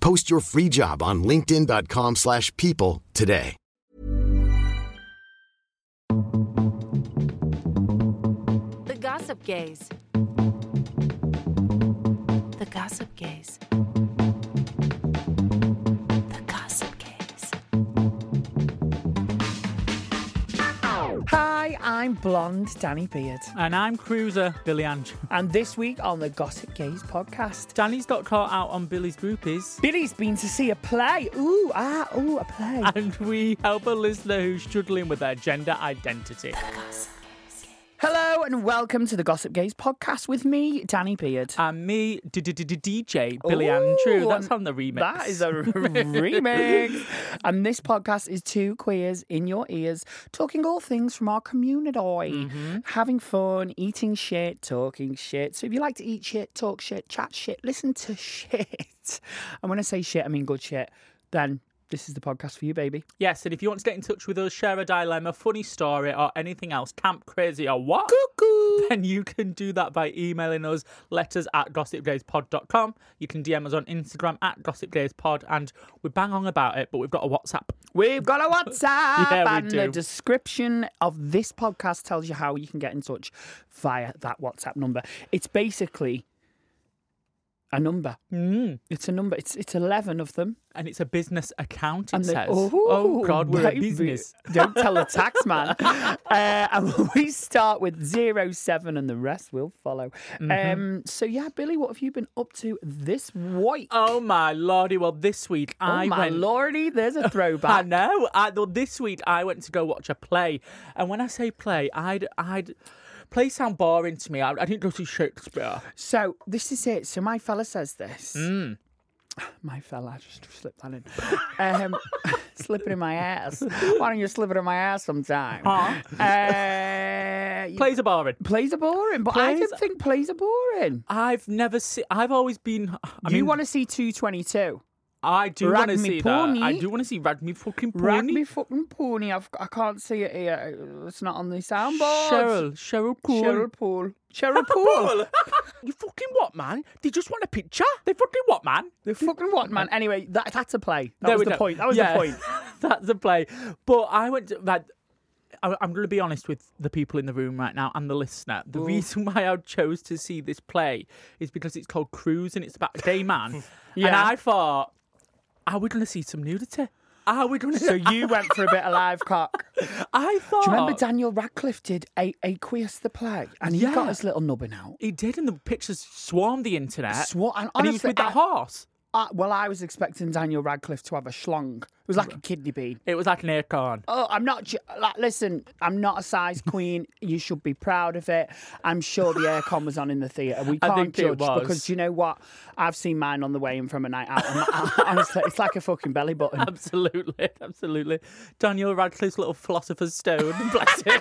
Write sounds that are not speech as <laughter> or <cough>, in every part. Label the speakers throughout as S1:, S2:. S1: Post your free job on linkedin.com/people slash people today.
S2: The Gossip Gaze. The Gossip Gaze. The Gossip Gaze.
S3: Hi, I'm blonde Danny Beard.
S4: And I'm cruiser Billy Andrew.
S3: And this week on the Gossip Gaze podcast,
S4: Danny's got caught out on Billy's groupies,
S3: Billy's been to see a play. Ooh, ah, ooh, a
S4: <laughs>
S3: play.
S4: and we help a listener who's struggling with their gender identity.
S3: Hello and welcome to the Gossip Gaze podcast with me, Danny Beard.
S4: And me, DJ Billy
S3: Ooh,
S4: Andrew. That's
S3: and
S4: on the remix.
S3: That is
S4: <laughs>
S3: a remix. And this podcast is two queers in your ears talking all things from our community,
S4: Mm-hmm.
S3: having fun, eating shit, talking shit. So if you like to eat shit, talk shit, chat shit, listen to <laughs> shit. And when I say shit, I mean good shit. Then this is the podcast for you, baby.
S4: Yes, and if you want to get in touch with us, share a dilemma, funny story, or anything else, camp crazy or what?
S3: Cuckoo.
S4: Then you can do that by emailing us letters at gossipdayspod.com. You can DM us on Instagram at gossipdayspod, and we bang on about it, but we've got a WhatsApp.
S3: We've got a
S4: <laughs>
S3: WhatsApp,
S4: Yeah, we
S3: and the
S4: do.
S3: description of this podcast tells you how you can get in touch via that WhatsApp number. It's basically a number.
S4: Mm.
S3: It's a number. It's it's eleven of them.
S4: And it's a business account, it
S3: And they-
S4: says.
S3: Ooh,
S4: oh, God, we're a
S3: baby.
S4: business.
S3: <laughs> Don't tell the
S4: <laughs>
S3: tax man. uh, and <laughs> we start with zero seven, and the rest will follow.
S4: Mm-hmm.
S3: Um, so yeah, Billy, what have you been up to this week?
S4: Oh my lordy! Well, this week
S3: Oh,
S4: I
S3: my
S4: went.
S3: lordy, there's a
S4: <laughs> I
S3: throwback.
S4: know. I, well, this week I went to go watch a play, and when I say play, I'd I'd play sound boring to me. I, I didn't go see Shakespeare.
S3: So this is it. So my fella says this.
S4: Mm.
S3: <sighs> My fella, I just slipped that in. Um, <laughs> slip it in my ass. Why don't you slip it in my ass sometime? Uh, you-
S4: Plays are boring.
S3: plays are boring, but I
S4: Plays-
S3: don't think plays are boring.
S4: I've never seen. I've always been. I
S3: you
S4: mean,
S3: want to see 222?
S4: I do want to
S3: Ragmi
S4: see that. I
S3: Pony?
S4: do want to see Ragmi fucking Pony.
S3: Rag me fucking pony. I've, I can't see it here. It's not on the soundboard.
S4: Cheryl, Cheryl Cole. <laughs>
S3: Cheryl Pool. Cheryl Pool.
S4: you fucking what, man? They just want a picture. They fucking what, man?
S3: the fucking what, man? Anyway, that, that's a play. That
S4: There
S3: was
S4: we
S3: the
S4: go.
S3: point. That was
S4: Yeah.
S3: the point.
S4: <laughs> That's the play. But I went to that. I- I'm going to be honest with the people in the room right now and the listener.
S3: Mm.
S4: The reason <laughs> why I chose to see this play is because it's called Cruise and it's about a
S3: <laughs>
S4: gay man. And
S3: Yeah.
S4: I thought, are we going to see some nudity? Are we going to? <laughs>
S3: So you went for a bit of live cock.
S4: I thought.
S3: Do you remember Daniel Radcliffe did a Aqueous the play, and he got
S4: Yeah.
S3: his little nubbin out.
S4: He did, and the pictures swarmed the internet.
S3: Swa- and
S4: he was
S3: honestly,
S4: with that
S3: I-
S4: horse.
S3: Uh, well, I was expecting Daniel Radcliffe to have a schlong. It was like a kidney bean.
S4: It was like an acorn. <laughs>
S3: Oh, I'm not. ju- Like, listen, I'm not a size queen. You should be proud of it. I'm sure the aircon was on in the theatre. We
S4: I
S3: can't
S4: think it
S3: judge
S4: was.
S3: because do you know what? I've seen mine on the way in from a night out. and I- <laughs> honestly, it's like a fucking belly button.
S4: <laughs> Absolutely, absolutely. Daniel Radcliffe's little philosopher's stone. <laughs> Bless him.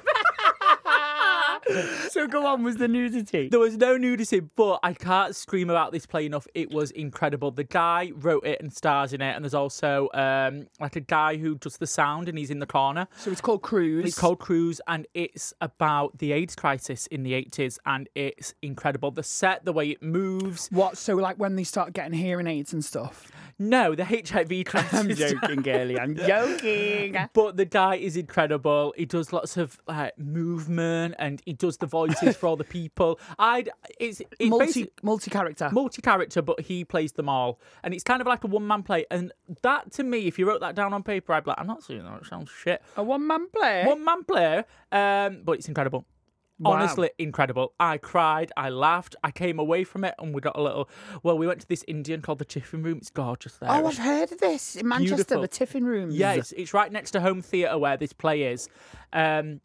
S3: so go on, was the nudity?
S4: There was no nudity, but I can't scream about this play enough. It was incredible. The guy wrote it and stars in it, and there's also um, like a guy who does the sound and he's in the corner.
S3: So it's called cruise.
S4: It's called Cruise, and it's about the AIDS crisis in the 80s, and it's incredible. The set, the way it moves.
S3: what? So like when they start getting hearing aids and stuff.
S4: No, the HIV
S3: <laughs>
S4: test.
S3: I'm
S4: is-
S3: joking, girly. I'm <laughs> joking.
S4: But the guy is incredible. He does lots of like movement and he does the voices for all the people. I'd it's, it's
S3: multi
S4: basic-
S3: multi character.
S4: multi character, but he plays them all, and it's kind of like a one man play. And that to me, if you wrote that down on paper, I'd be like, I'm not seeing that. It sounds shit.
S3: a one man play.
S4: One man player, um, but it's incredible.
S3: Eh? Wow.
S4: Honestly, incredible. I cried, I laughed, I came away from it, and we got a little. Well, we went to this Indian called the Tiffin Room. It's gorgeous there.
S3: Oh, I've heard of this in Manchester.
S4: Beautiful.
S3: The Tiffin Rooms.
S4: Yeah, it's, it's right next to Home Theatre where this play is. Um,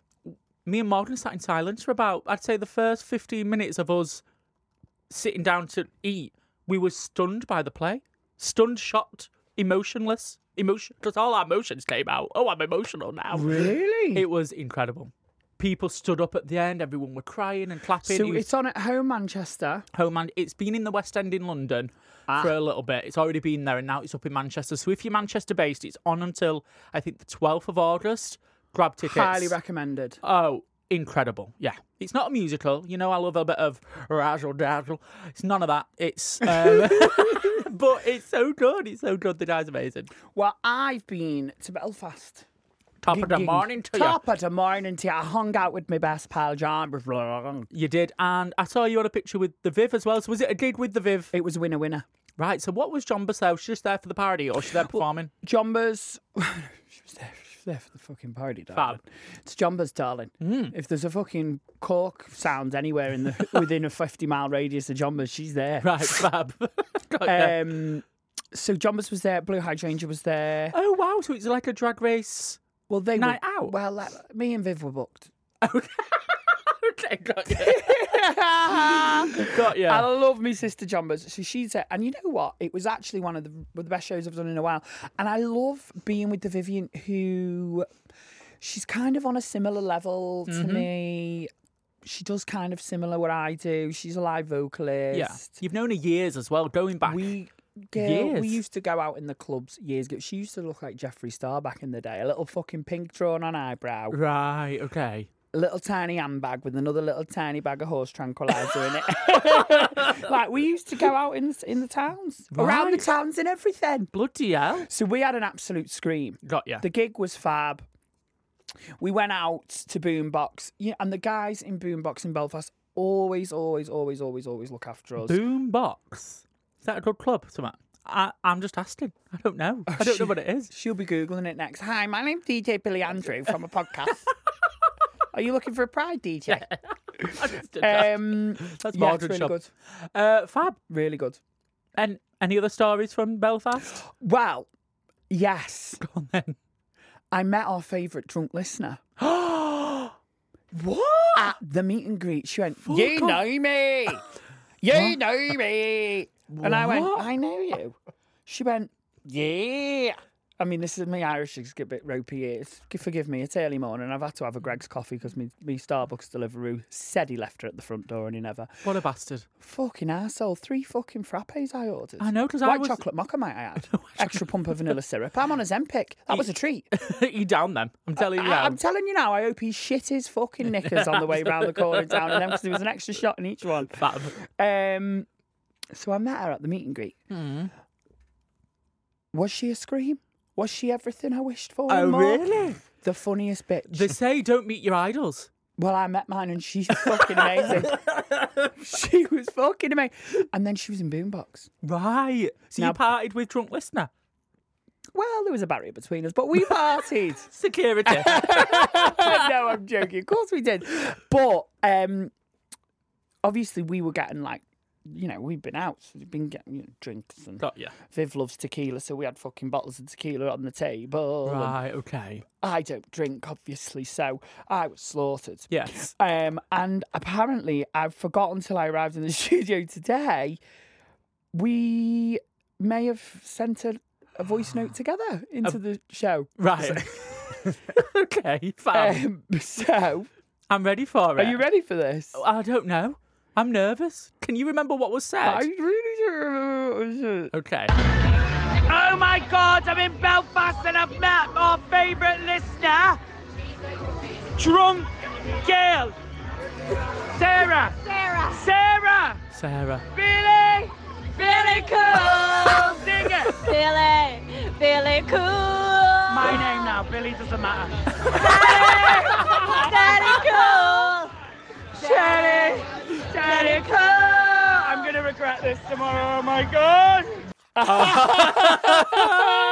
S4: me and Morgan sat in silence for about, I'd say, the first 15 minutes of us sitting down to eat. We were stunned by the play, stunned, shocked, emotionless, emotion, because all our emotions came out. Oh, I'm emotional now.
S3: really.
S4: It was incredible. People stood up at the end. Everyone were crying and clapping.
S3: so
S4: It was
S3: it's on at home, Manchester.
S4: home and it's been in the West End in London
S3: Ah.
S4: for a little bit. It's already been there and now it's up in Manchester. So if you're Manchester based, it's on until I think the 12th of August. Grab tickets.
S3: Highly recommended.
S4: Oh, incredible. Yeah. It's not a musical. You know, I love a bit of razzle dazzle. It's none of that.
S3: <laughs>
S4: It's. Um, <laughs> but it's so good. It's so good. The guy's amazing.
S3: Well, I've been to Belfast.
S4: Top of the
S3: Gigging.
S4: morning to you.
S3: Top of the morning to you. I hung out with my best pal John.
S4: You did. And I saw you on a picture with the Viv as well. So was it a gig with the Viv?
S3: It was winner winner.
S4: Right. So what was John Bassell? Was she just there for the party or was she there performing?
S3: Jombers. <laughs> she was there. She was there for the fucking party, darling.
S4: Fab. Hmm.
S3: It's Jombers, darling. If there's a fucking cork sound anywhere in the <laughs> within a fifty mile radius of Jombers, she's there.
S4: Right, <laughs> fab. Got <laughs> ya.
S3: Um, so Jombers was there. Blue Hydrangea was there.
S4: oh wow, so it's like a drag race.
S3: Well, they
S4: Night
S3: were,
S4: out?
S3: Well, uh, me and Viv were booked.
S4: <laughs> okay,
S3: <laughs>
S4: got you. got you.
S3: I love me sister Jumbers. So she's there. And you know what? It was actually one of the, one of the best shows I've done in a while. And I love being with the Vivian who she's kind of on a similar level to
S4: Mm-hmm.
S3: me. She does kind of similar what I do. She's a live vocalist.
S4: Yeah, you've known her years as well. Going back,
S3: We girl,
S4: Years.
S3: we used to go out in the clubs years ago. She used to look like Jeffree Star back in the day. A little fucking pink drawn on eyebrow.
S4: right? Okay,
S3: a little tiny handbag with another little tiny bag of horse tranquilizer in it.
S4: <laughs>
S3: like we used to go out in in the towns, around the
S4: Right.
S3: towns and everything.
S4: bloody hell,
S3: So we had an absolute scream.
S4: got you.
S3: The gig was fab. We went out to Boombox, yeah, and the guys in Boombox in Belfast always, always, always, always, always look after us.
S4: Boom box. Is that a good club? Something? I, I'm just asking. I don't know. I don't know what it is. <laughs>
S3: She'll be googling it next. Hi, my name's DJ Billy Andrew from a podcast.
S4: <laughs>
S3: Are you looking for a pride DJ?
S4: I just did that.
S3: Um,
S4: That's
S3: yeah, it's
S4: Margaret
S3: really
S4: Shop.
S3: good.
S4: Uh, fab.
S3: Really good.
S4: And any other stories from Belfast?
S3: Well, yes.
S4: Go on then. <gasps>
S3: I met our favourite drunk listener
S4: what?
S3: at the meet and greet. She went,
S4: Fuck
S3: You
S4: off.
S3: know
S4: <laughs>
S3: me. You know me. And I went,
S4: What?
S3: I know you. She went, Yeah. I mean, this is my Irish is a bit ropey. here. It's, forgive me, it's early morning. I've had to have a Greg's coffee because me, me Starbucks delivery said he left her at the front door and he never.
S4: What a bastard. <laughs>
S3: Fucking arsehole. Three fucking frappes I ordered.
S4: I know, 'cause I
S3: White
S4: was-
S3: chocolate mocha, might I
S4: <laughs>
S3: add. Extra pump of vanilla syrup. I'm on a Zempic. That was a treat.
S4: you down them. I'm telling you.
S3: I,
S4: now.
S3: am telling you now, I hope he shit his fucking knickers on the way round the corner in town, and then because there was an extra shot in each one.
S4: Fab.
S3: Um, so I met her at the meet and greet.
S4: Hmm.
S3: Was she a scream? Was she everything I wished for? and
S4: Oh,
S3: more?
S4: really?
S3: The funniest bitch.
S4: They say don't meet your idols.
S3: Well, I met mine, and she's fucking
S4: <laughs>
S3: amazing. she was fucking amazing. And then she was in Boombox.
S4: Right. So
S3: Now-
S4: you partied with drunk listener.
S3: Well, there was a barrier between us, but we partied. <laughs>
S4: Security.
S3: no, I'm joking. Of course we did. But um, obviously we were getting like, you know, we've been out, so we've been getting you know, drinks and
S4: Got you.
S3: Viv loves tequila, so we had fucking bottles of tequila on the table. and
S4: Right, okay.
S3: I don't drink, obviously, so I was slaughtered.
S4: Yes.
S3: Um, and apparently, I've forgotten until I arrived in the <laughs> studio today. We may have sent a, a voice note together
S4: <gasps>
S3: into the show.
S4: Right. <laughs> okay, fab.
S3: Um, <laughs> so,
S4: I'm ready for
S3: are
S4: it.
S3: you ready for this?
S4: I don't know. I'm nervous. Can you remember what was said?
S3: I really do remember what it was.
S4: Okay.
S5: Oh my god, I'm in Belfast and I've met our favourite listener, Drunk Girl. Sarah. Sarah. Sarah.
S4: Sarah.
S5: Billy.
S6: Really
S4: <laughs>
S6: cool.
S5: Sing it.
S6: Billy. Billy cool.
S5: My name now. Billy doesn't matter.
S6: Daddy cool.
S5: Daddy. Daddy, cool. I'm gonna regret this tomorrow. Oh my god.
S4: <laughs>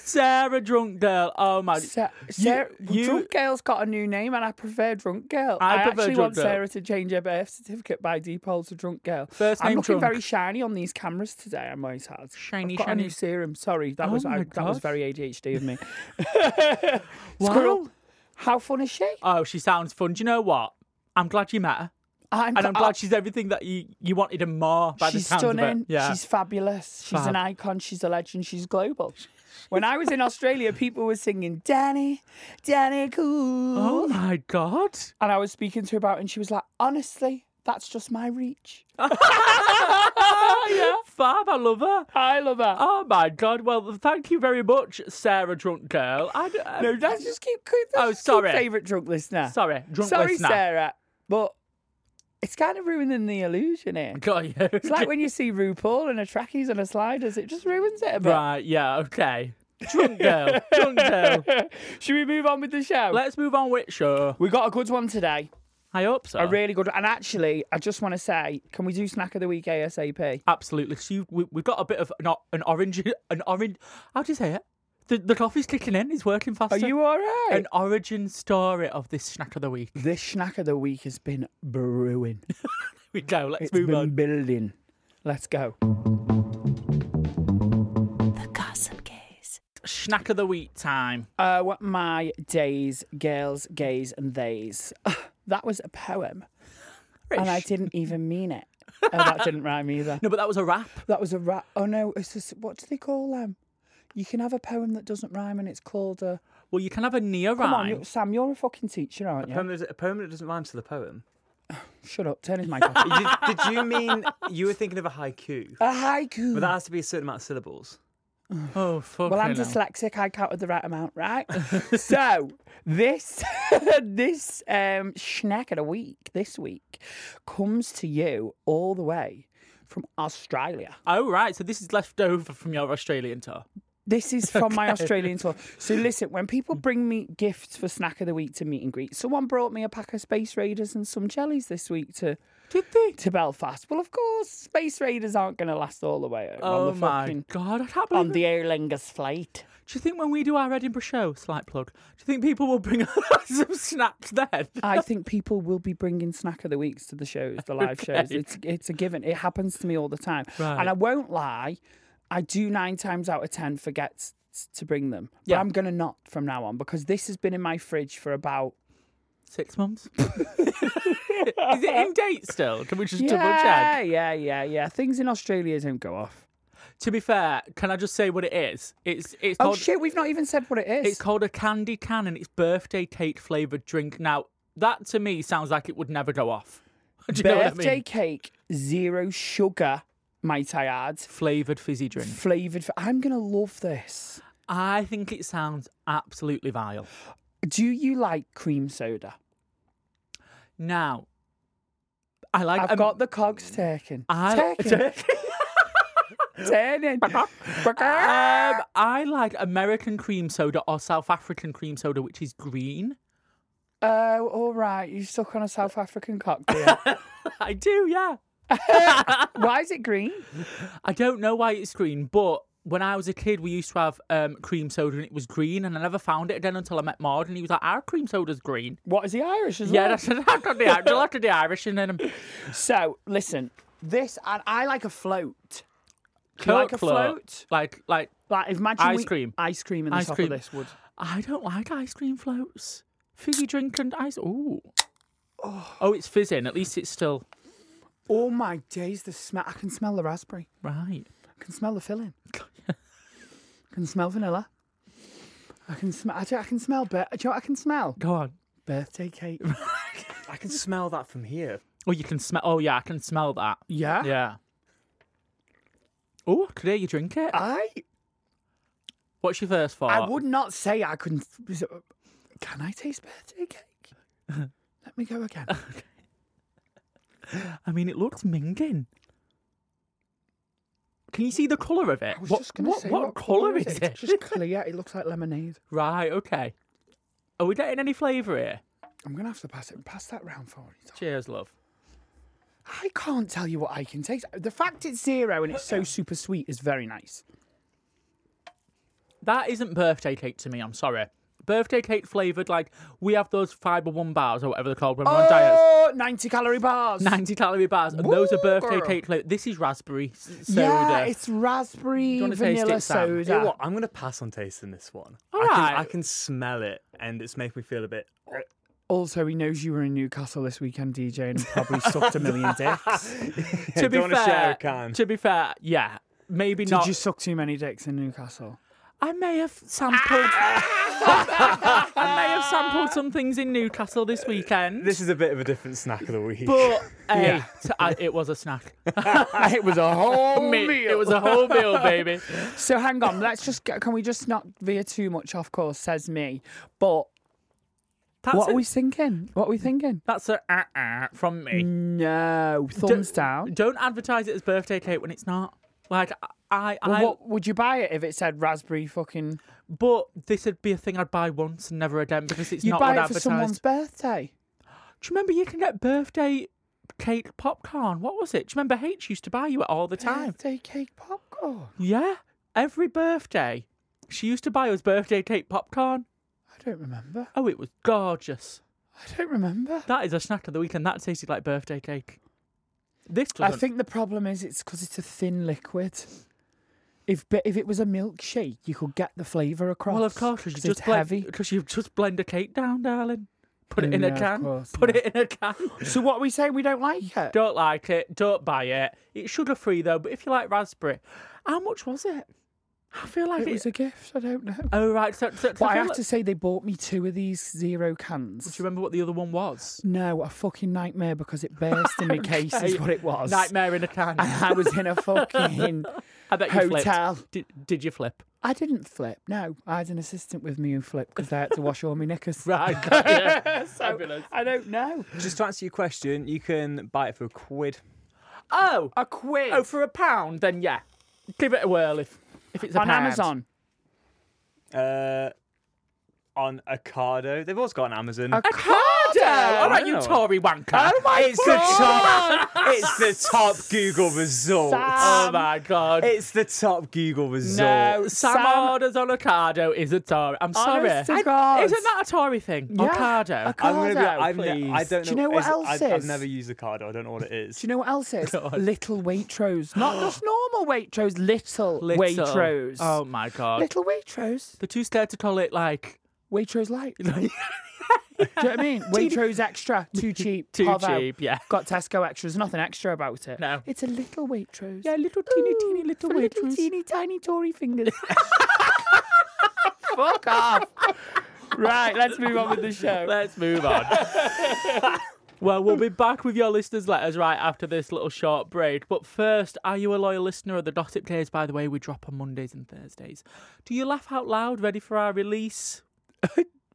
S4: Sarah Drunk Girl. Oh my.
S3: Sa-
S4: You-
S3: Sarah,
S4: you-
S3: Drunk Girl's got a new name, and I prefer Drunk Girl.
S4: I
S3: I,
S4: prefer
S3: actually
S4: Drunk
S3: want
S4: Girl.
S3: Sarah to change her birth certificate by default to Drunk Girl.
S4: First
S3: I'm
S4: name
S3: looking
S4: Drunk.
S3: very shiny on these cameras today. I'm always hard.
S4: Shiny,
S3: I've got a
S4: shiny.
S3: new serum. Sorry, that
S4: Oh
S3: was I,
S4: my
S3: that was
S4: God.
S3: very ADHD
S4: <laughs>
S3: of me.
S4: Wow.
S3: Squirrel, how fun is she?
S4: Oh, she sounds fun. Do you know what? I'm glad you met her,
S3: I'm,
S4: and I'm glad she's everything that you, you wanted and more. By
S3: she's
S4: the sounds
S3: stunning.
S4: Of it. Yeah.
S3: She's fabulous. She's
S4: Fab.
S3: an icon. She's a legend. She's
S4: <laughs>
S3: global. When I was in Australia, people were singing Danny, Danny Cool.
S4: Oh my
S3: <laughs>
S4: god. <laughs>
S3: And I was speaking to her about it, and she was like, honestly, that's just my reach.
S4: yeah. Fab, I love her.
S3: I love her.
S4: Oh my god. Well, thank you very much, Sarah Drunk Girl. I, d- I-
S3: no, that's just keep. keep
S4: Um, Oh, sorry.
S3: Favorite drunk listener.
S4: Sorry, drunk
S3: sorry,
S4: listener.
S3: Sarah. But it's kind of ruining the illusion here.
S4: <laughs> Got you.
S3: It's like when you see RuPaul in her trackies and her sliders, it just ruins it a bit.
S4: Right. Yeah. Okay.
S3: <laughs>
S4: Drunk Girl. drunk Girl.
S3: Should we move on with the show?
S4: Let's move on with show.
S3: we got a good one today.
S4: I hope so.
S3: A really good one. And actually, I just want to say, can we do snack of the week ASAP?
S4: Absolutely. So you, we, we've got a bit of an, o- an orange, an orange. How do you say it? The, the coffee's kicking in. It's working faster.
S3: Are you all right?
S4: An origin story of this snack of the week.
S3: this snack of the week has been brewing.
S4: We go. Let's
S3: It's
S4: move
S3: been
S4: on.
S3: building. Let's go.
S2: The Gossip Gaze.
S4: Snack of the week time.
S3: Oh my days, girls, gays, and theys. <sighs> that was a poem, and I didn't even mean it. Oh, that didn't rhyme either.
S7: <laughs>
S4: No, but that was a wrap.
S3: That was a rap. Oh no, it's just, what do they call them? You can have a poem that doesn't rhyme, and it's called a.
S4: Well, you can have a near
S3: Come on,
S4: rhyme.
S3: you- Sam, you're a fucking teacher, aren't
S7: A
S3: you?
S7: poem, that- a poem that doesn't rhyme to the poem.
S3: Shut up.
S7: <laughs>
S3: Turn his mic off.
S7: did, did <laughs> you mean you were thinking of a haiku?
S3: A haiku.
S7: But that has to be a certain amount of syllables.
S4: Oh, fuck.
S3: Well, I'm dyslexic. I counted the right amount,
S4: <laughs>
S3: right? so this <laughs> this um, snack of the week this week comes to you all the way from Australia.
S4: Oh, right. So this is left over from your Australian tour.
S3: This is from my Australian tour. So listen, when people bring me gifts for snack of the week to meet and greet, someone brought me a pack of Space Raiders and some jellies this week to. Did they? To Belfast. Well, of course, Space Raiders aren't going to last all the way home
S4: Oh,
S3: on the
S4: my
S3: fucking,
S4: God. I can't believe
S3: on
S4: it.
S3: the Aer Lingus flight.
S4: Do you think when we do our Edinburgh show, slight plug, do you think people will bring <laughs> us some snacks then?
S3: I think people will be bringing snack of the weeks to the shows, the live shows.
S4: <laughs> Okay.
S3: It's it's a given. It happens to me all the time,
S4: Right.
S3: and I won't lie. I do nine times out of ten forget s- to bring them, but
S4: Yeah.
S3: I'm gonna not from now on because this has been in my fridge for about
S4: Six months. <laughs> is it in date still? Can we just double
S3: yeah,
S4: check?
S3: yeah, yeah, yeah. Things in Australia don't go off.
S4: To be fair, can I just say what it is? It's it's
S3: Oh
S4: called
S3: shit, we've not even said what it is.
S4: it's called a candy can and it's birthday cake flavoured drink. Now that to me sounds like it would never go off. <laughs> Do you know what I
S3: birthday
S4: mean?
S3: cake, zero sugar. Might I add,
S4: Flavoured fizzy drink.
S3: flavored. I'm gonna love this.
S4: I think it sounds absolutely vile.
S3: Do you like cream soda?
S4: Now I like
S3: I've
S4: um,
S3: got the cogs taken.
S4: I- <laughs>
S3: taken. <laughs> Turning. Ah!
S4: Um, I like American cream soda or South African cream soda, which is green. <laughs>
S3: Oh, all right. You stuck on a South African
S4: <laughs>
S3: cocktail.
S4: I do, yeah.
S3: Why is it green?
S4: I don't know why it's green, but when I was a kid, we used to have um, cream soda and it was green, and I never found it again until I met Maud, and he was like, "Our cream soda's green."
S3: What is the Irish as
S4: Yeah,
S3: well?
S4: that's I got the I got the Irish, and
S3: <laughs>
S4: then um,
S3: So listen, this and I like a float. Do you
S4: Coke
S3: like a float?
S4: like like
S3: Like imagine
S4: Ice
S3: we-
S4: cream.
S3: Ice cream in the
S4: Ice
S3: top
S4: cream.
S3: of this would.
S4: I don't like ice cream floats, fizzy drink and ice. Ooh. Oh, it's fizzing. At least it's still
S3: Oh my days, the smell! I can smell the raspberry.
S4: right.
S3: I can smell the
S4: <laughs>
S3: filling. I can smell vanilla. I can smell. I, do- I can smell. Bir- do you know what I can smell?
S4: Go on.
S3: Birthday cake.
S4: <laughs>
S7: I can smell that from here.
S4: Oh, you can smell. Oh, yeah, I can smell that.
S3: Yeah.
S4: Yeah. Oh, I could hear you drink it.
S3: I
S4: What's your first thought?
S3: Uh, I would not say I couldn't. Can I taste birthday
S4: <laughs>
S3: cake? Let me go again.
S4: I mean, it looks minging. Can you see the colour of it?
S3: I was
S4: What,
S3: just gonna
S4: what,
S3: say,
S4: what, colour is
S3: is
S4: it?
S3: It's just clear. It looks like lemonade.
S4: Right, okay. Are we getting any flavour here?
S3: I'm gonna have to pass it. Pass that round for me. Tom.
S4: Cheers, love.
S3: I can't tell you what I can taste. The fact it's zero and it's
S4: <laughs>
S3: so super sweet is very nice.
S4: That isn't birthday cake to me, I'm sorry. Birthday cake flavoured like we have those fibre one bars or whatever they're called when we're on diets.
S3: Oh, 90 calorie bars.
S4: 90 calorie bars, and those are
S3: Woo,
S4: birthday
S3: girl.
S4: cake flavour. This is raspberry s- soda.
S3: Yeah, it's raspberry
S4: you wanna taste
S3: vanilla
S4: it, Sam?
S3: soda.
S7: You know what? I'm gonna pass on tasting this one. I
S4: Alright.
S7: can, I can smell it, and it's making me feel a bit.
S3: Also, he knows you were in Newcastle this weekend, DJ, and probably sucked a
S4: <laughs>
S3: million dicks.
S4: to be
S7: Don't wanna
S4: fair,
S7: share a can.
S4: Uh, to be fair, yeah, maybe
S3: Did
S4: not.
S3: you suck too many dicks in Newcastle?
S4: I may have sampled. <laughs> I may have sampled some things in Newcastle this weekend.
S7: This is a bit of a different snack of the week.
S4: but hey, t- I- it was a snack.
S3: <laughs> it was a whole
S4: <laughs> Me- It was a whole meal,
S3: <laughs>
S4: baby.
S3: So hang on, let's just get, can we just not veer too much off course? Says me, but
S4: That's
S3: what
S4: a,
S3: are we thinking? What are we thinking?
S4: That's a uh, uh, from me.
S3: Mm. No, thumbs down.
S4: Don't advertise it as birthday cake when it's not. Like I, I,
S3: Well, what would you buy it if it said raspberry fucking?
S4: but this would be a thing I'd buy once and never again because it's
S3: You
S4: not
S3: buy
S4: what
S3: it for
S4: advertised.
S3: someone's birthday.
S4: Do you remember you can get birthday cake popcorn? What was it? Do you remember H used to buy you it all
S3: <gasps>
S4: the time?
S3: Birthday cake popcorn.
S4: Yeah, every birthday, she used to buy us birthday cake popcorn.
S3: I don't remember.
S4: Oh, it was gorgeous.
S3: I don't remember.
S4: That is a snack of the weekend. That tasted like birthday cake. This
S3: I
S4: doesn't.
S3: think the problem is it's because it's a thin liquid. If but if it was a milkshake, you could get the flavour across.
S4: Well, of course, because
S3: 'cause
S4: you
S3: it's
S4: just blend,
S3: heavy.
S4: Because you just blend a cake down, darling. Put it
S3: Oh,
S4: in
S3: yeah,
S4: a
S3: of
S4: can.
S3: course,
S4: Put
S3: yeah.
S4: it in a can. <laughs>
S3: So what are we saying? We don't like it.
S4: Don't like it. Don't buy it. It's sugar free though. But if you like raspberry, how much was it? I feel like
S3: It
S4: it
S3: was a gift. I don't know.
S4: Oh right. So, so, so
S3: But I
S4: feel
S3: have
S4: like-
S3: to say, they bought me two of these zero
S4: Do
S3: cans.
S4: you remember what the other one was?
S3: No, a fucking nightmare because it burst
S4: <laughs>
S3: in my case. Is
S4: Hey,
S3: what it was.
S4: Nightmare in a can.
S3: And I was in
S4: <laughs>
S3: a fucking.
S4: I bet you
S3: hotel.
S4: flipped. Did, did you <laughs> flip?
S3: I didn't flip. No, I had an assistant with me who flipped because I had to wash all my knickers.
S4: <laughs> Right. got ya. Fabulous.
S3: I don't know.
S7: <laughs> Just to answer your question, you can buy it for a quid.
S4: Oh.
S3: A quid
S4: Oh, for a pound, then yeah, give it a whirl if if it's a
S3: on
S4: pound.
S3: Amazon.
S7: Uh, on Ocado. They've also got an Amazon.
S4: Ocado. All right, you
S7: Wow.
S4: Tory wanker. Oh my
S7: It's the top. It's the top Google result.
S4: Oh my god.
S7: It's the top Google result.
S4: no, Sam,
S3: Sam-
S4: orders on Ocado is a Tory. I'm sorry.
S3: Honest to
S4: I-
S3: God.
S4: Isn't that a Tory thing?
S3: Ocado.
S4: Ocado.
S7: I'm gonna be. I've ne-
S4: please.
S7: I don't
S3: Do you know
S7: know
S3: what
S7: it's-
S3: else
S7: I've, I've
S3: is?
S7: never used Ocado. I don't know what it is.
S3: Do you know what else is?
S4: <laughs> God.
S3: Little Waitrose. Not
S4: <gasps>
S3: just normal Waitrose, little,
S4: Little.
S3: Waitrose.
S4: Oh my god.
S3: Little Waitrose.
S4: They're too scared to call it <laughs> like.
S3: Waitrose Light.
S4: <laughs>
S3: Do you know what I mean? Waitrose Extra. Too cheap.
S4: Too
S3: Parvo.
S4: cheap, yeah.
S3: Got Tesco Extra. There's nothing extra about it.
S4: No.
S3: It's a little Waitrose.
S4: Yeah, little teeny, teeny little
S3: for
S4: Waitrose.
S3: Little teeny tiny Tory
S4: <laughs>
S3: fingers. Fuck off. Right, let's move on with the show.
S4: Let's
S3: <laughs>
S4: move on. well, we'll be back with your listeners' letters right after this little short break. But first, are you a loyal listener of the Gossip Days? By the way, we drop on Mondays and Thursdays. Do you laugh out loud, ready for our release?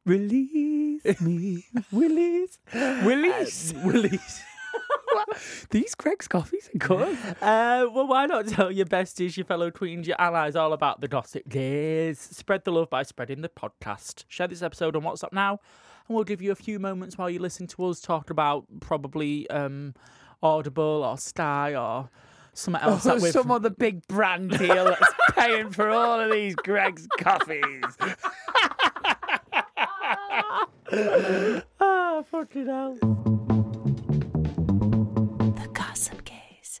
S3: Release me, Willies.
S4: Release, release.
S3: <laughs> These Craig's coffees are good.
S4: Uh, well, why not tell your besties, your fellow queens, your allies all about the Gossip Days? Spread the love by spreading the podcast. Share this episode on WhatsApp now, and we'll give you a few moments while you listen to us talk about probably um, Audible or Sky or something else. that
S3: <laughs> Oh,
S4: we've-
S3: some other big brand deal that's paying for all of these Greg's coffees.
S4: Ah, fucking hell.
S2: The Gossip Gaze.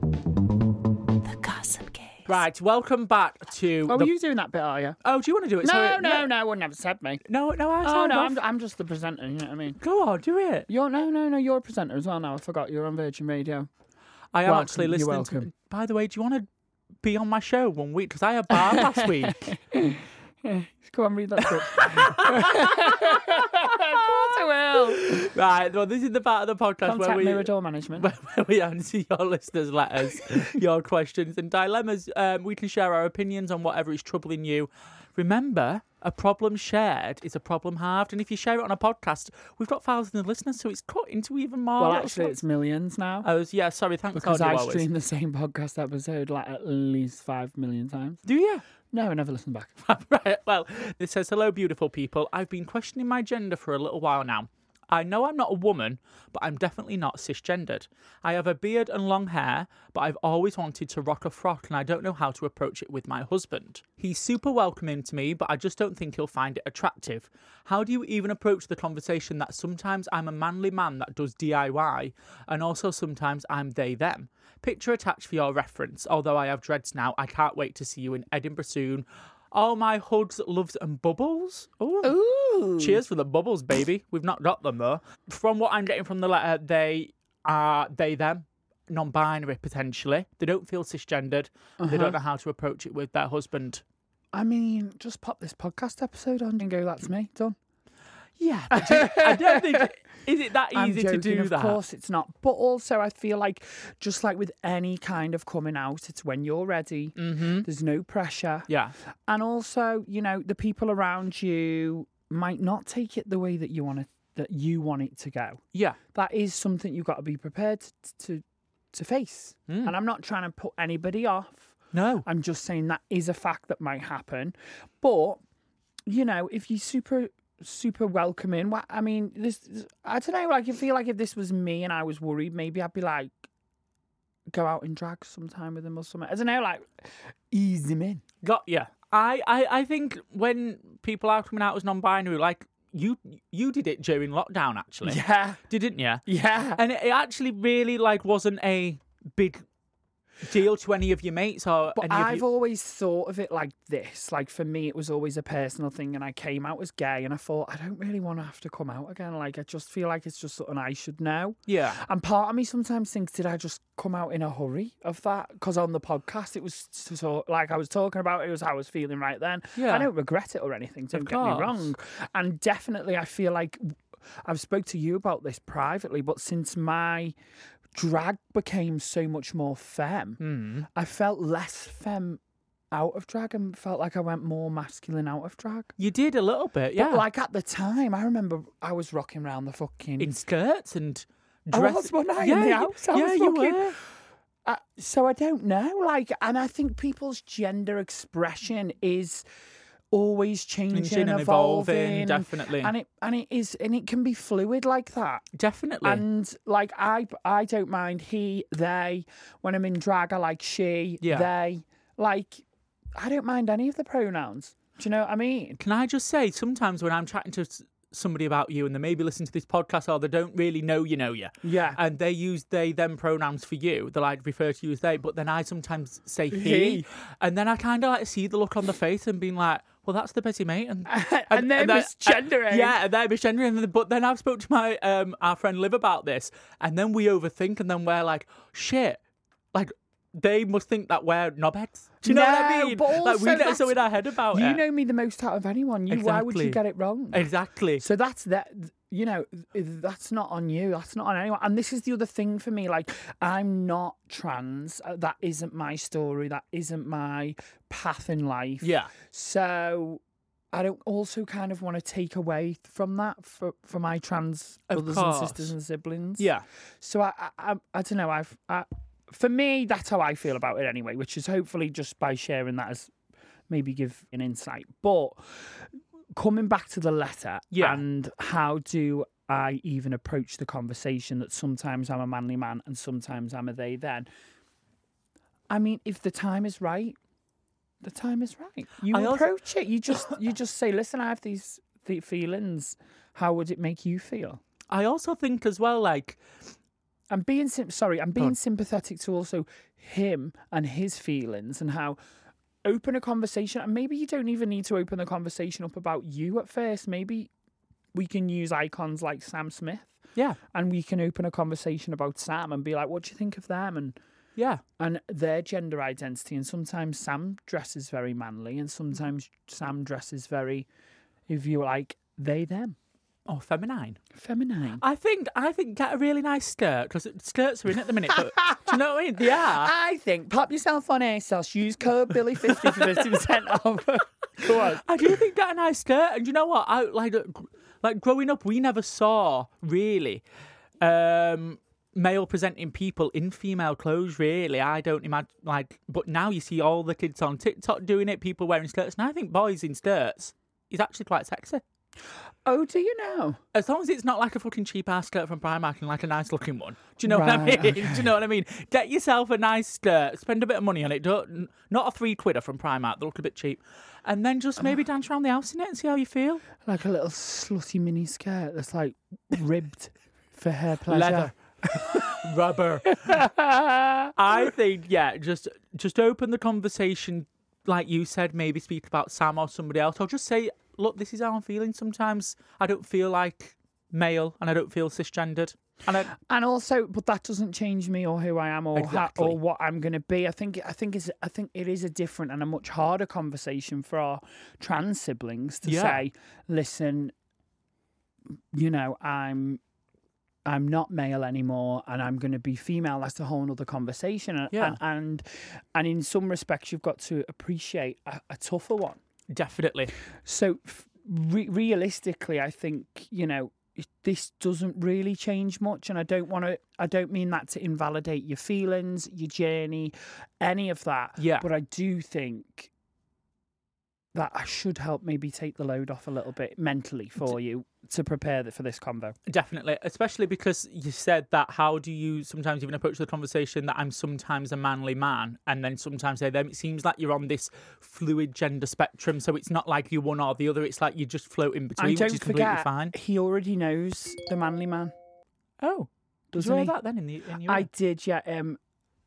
S2: The Gossip Gaze.
S4: <laughs> Right, welcome back to.
S3: Oh, <laughs>
S4: the...
S3: are you doing that bit, are you?
S4: Oh, do you want to do it?
S3: No,
S4: Sorry.
S3: no,
S4: Yeah.
S3: no, I wouldn't have said me.
S4: no, no. I
S3: Oh,
S4: signed
S3: no,
S4: off.
S3: I'm, I'm just the presenter, you know what I mean?
S4: Go on, do it.
S3: You're No, no, no, you're a presenter as well now. I forgot you're on Virgin Radio.
S4: I am
S3: Welcome,
S4: actually
S3: you're
S4: listening. To...
S3: welcome.
S4: By the way, do you want to be on my show one week? Because I had bar
S3: <laughs>
S4: last week.
S3: Go on, read that
S4: <laughs>
S3: book. of course I will.
S4: Right, well, this is the part of the podcast
S3: Contact
S4: where we.
S3: Mirador Management.
S4: where <laughs> where we answer your listeners'
S3: <laughs>
S4: letters, your questions and dilemmas. Um, we can share our opinions on whatever is troubling you. Remember, a problem shared is a problem halved, and if you share it on a podcast, we've got thousands of listeners, so it's cut into even more.
S3: Well,
S4: little
S3: actually,
S4: slots.
S3: it's millions now.
S4: I was yeah. Sorry, thanks
S3: because
S4: audio
S3: I
S4: always.
S3: stream the same podcast episode like at least five million times.
S4: Do you?
S3: No, I never listen back.
S4: <laughs> right. Well, this says, Hello, beautiful people. I've been questioning my gender for a little while now. I know I'm not a woman, but I'm definitely not cisgendered. I have a beard and long hair, but I've always wanted to rock a frock and I don't know how to approach it with my husband. He's super welcoming to me, but I just don't think he'll find it attractive. How do you even approach the conversation that sometimes I'm a manly man that does DIY and also sometimes I'm they them? Picture attached for your reference, although I have dreads now. I can't wait to see you in Edinburgh soon. Oh, my hugs, loves, and bubbles. Ooh. Cheers for the bubbles, baby. We've not got them though. From what I'm getting from the letter, they are they them, non-binary potentially. They don't feel cisgendered. They
S3: Uh-huh.
S4: don't know how to approach it with their husband.
S3: I mean, just pop this podcast episode on and go, that's me, done.
S4: Yeah, but do- I don't think
S3: <laughs>
S4: is it that
S3: I'm
S4: easy
S3: joking,
S4: to do
S3: of
S4: that.
S3: course it's not. But also, I feel like, just like with any kind of coming out, it's when you're ready,
S4: Mm-hmm.
S3: there's no pressure.
S4: Yeah,
S3: And also, you know, the people around you might not take it the way that you want it, that you want it to go.
S4: yeah.
S3: that is something you've got to be prepared to to, to face. And I'm not trying to put anybody off.
S4: No,
S3: I'm just saying that is a fact that might happen. But you know, if you super super welcoming, wha- I mean, this this- I don't know. Like, I feel like if this was me and I was worried, maybe I'd be like, go out in drag sometime with him or something. I don't know, like, ease him in.
S4: got yeah. I, I I think when people are coming out as non-binary, like you you did it during lockdown actually,
S3: Yeah,
S4: didn't you?
S3: yeah.
S4: and it, it actually really like wasn't a big deal to any of your mates or
S3: But
S4: any
S3: I've
S4: of you.
S3: always thought of it like this. Like for me, it was always a personal thing, and I came out as gay, and I thought I don't really want to have to come out again. Like I just feel like it's just something I should know.
S4: Yeah.
S3: And part of me sometimes thinks, did I just come out in a hurry of that? Because on the podcast, it was so, so- like I was talking about. It was how I was feeling right then.
S4: Yeah.
S3: I don't regret it or anything. Don't get me
S4: course.
S3: wrong. And definitely, I feel like I've spoke to you about this privately, but since my drag became so much more femme.
S4: Mm.
S3: I felt less femme out of drag and felt like I went more masculine out of drag.
S4: You did a little bit, yeah.
S3: But like at the time, I remember I was rocking round the fucking.
S4: in skirts and
S3: I
S4: dress.
S3: was one night in
S4: yeah,
S3: the
S4: you-
S3: house. I
S4: yeah,
S3: was
S4: you
S3: fucking-
S4: were.
S3: Uh, so I don't know. Like, and I think people's gender expression is always changing,
S4: and evolving,
S3: evolving,
S4: definitely.
S3: And it and it is and it can be fluid like that.
S4: Definitely.
S3: And like I, I don't mind he, they. When I'm in drag, I like she,
S4: Yeah.
S3: they. Like, I don't mind any of the pronouns. Do you know what I mean? <laughs>
S4: Can I just say, sometimes when I'm chatting to s- somebody about you and they maybe listen to this podcast or they don't really know you know you,
S3: Yeah.
S4: and they use they them pronouns for you, they like refer to you as they, but then I sometimes say he,
S3: He.
S4: and then I kind of like see the look on the face and being like, well, that's the busy mate,
S3: <laughs>
S4: and
S3: And they're
S4: then-
S3: misgendering.
S4: yeah, and they're misgendering. and then- But then I've spoke to my um our friend Liv about this, and then we overthink, and then we're like, shit, like they must think that we're knobheads. Do you know what I
S3: No,
S4: mean?
S3: but
S4: like
S3: also
S4: we get
S3: that's-
S4: so in our head about
S3: You
S4: it.
S3: know me the most out of anyone. You, why would you
S4: Oh, Exactly.
S3: get it wrong?
S4: exactly.
S3: So that's that. You know, that's not on you. That's not on anyone. And this is the other thing for me. Like, I'm not trans. Uh, That isn't my story. That isn't my path in life.
S4: Yeah.
S3: So I don't also kind of want to take away from that for, for my trans
S4: Of
S3: brothers
S4: course.
S3: and sisters and siblings.
S4: Yeah.
S3: So I I, I, I don't know. I've I, for me that's how I feel about it anyway, which is hopefully just by sharing that as maybe give an insight. But coming back to the letter
S4: Yeah.
S3: and how do I even approach the conversation that sometimes I'm a manly man and sometimes I'm a they then. I mean, if the time is right, the time is right. You
S4: I also-
S3: approach it. You just you just say, listen, I have these th- feelings. How would it make you feel?
S4: I also think as well, like
S3: I'm being sym sorry. I'm being
S4: on.
S3: sympathetic to also him and his feelings and how open a conversation. And maybe you don't even need to open the conversation up about you at first. Maybe we can use icons like Sam Smith
S4: yeah,
S3: and we can open a conversation about Sam and be like, what do you think of them? And
S4: yeah,
S3: and their gender identity. And sometimes Sam dresses very manly, and sometimes Sam dresses very, if you like, they them,
S4: oh, feminine.
S3: feminine.
S4: I think I think get a really nice skirt because skirts are in at the minute. But, do you know what I mean? They are.
S3: I think pop yourself on ASOS. Use code Billy fifty for fifty percent <laughs> off. Go on.
S4: I do think get a nice skirt, and do you know what? I like uh, gr- like growing up, we never saw really um male presenting people in female clothes. Really, I don't imagine like. But now you see all the kids on TikTok doing it, people wearing skirts, and I think boys in skirts is actually quite sexy.
S3: Oh, do you know?
S4: As long as it's not like a fucking cheap ass skirt from Primark and like a nice looking one. Do you know what I mean? <laughs>
S3: Right,
S4: Do you know what I mean? Get yourself a nice skirt, spend a bit of money on it. Don't, not a three quidder from Primark, they look a bit cheap. And then just maybe dance around the house in it and see how you feel.
S3: Like a little slutty mini skirt that's like ribbed for her pleasure.
S4: Leather. Rubber. <laughs> I think, yeah, just just open the conversation, like you said, maybe speak about Sam or somebody else, or just say, look, this is how I'm feeling sometimes. I don't feel like male and I don't feel cisgendered. And I,
S3: and also but that doesn't change me or who I am or
S4: Exactly.
S3: how, or what I'm going to be I think I think it's I think it is a different and a much harder conversation for our trans siblings to
S4: Yeah.
S3: say listen you know I'm I'm not male anymore and I'm going to be female that's a whole other conversation and
S4: Yeah.
S3: and, and and in some respects you've got to appreciate a, a tougher one
S4: definitely.
S3: so f- re- realistically, I think you know it- this doesn't really change much, and I don't want to. I don't mean that to invalidate your feelings, your journey, any of that.
S4: Yeah.
S3: But I do think that I should help maybe take the load off a little bit mentally for you to prepare th- for this convo.
S4: Definitely, especially because you said that. How do you sometimes even approach the conversation that I'm sometimes a manly man, and then sometimes they them? It seems like you're on this fluid gender spectrum, so it's not like you're one or the other. It's like you're just floating between,
S3: and
S4: which
S3: don't
S4: is completely
S3: forget,
S4: fine.
S3: he already knows the manly man,
S4: Oh, did
S3: doesn't
S4: you hear
S3: he?
S4: that then in the in your
S3: I
S4: ear?
S3: did, yeah. Um,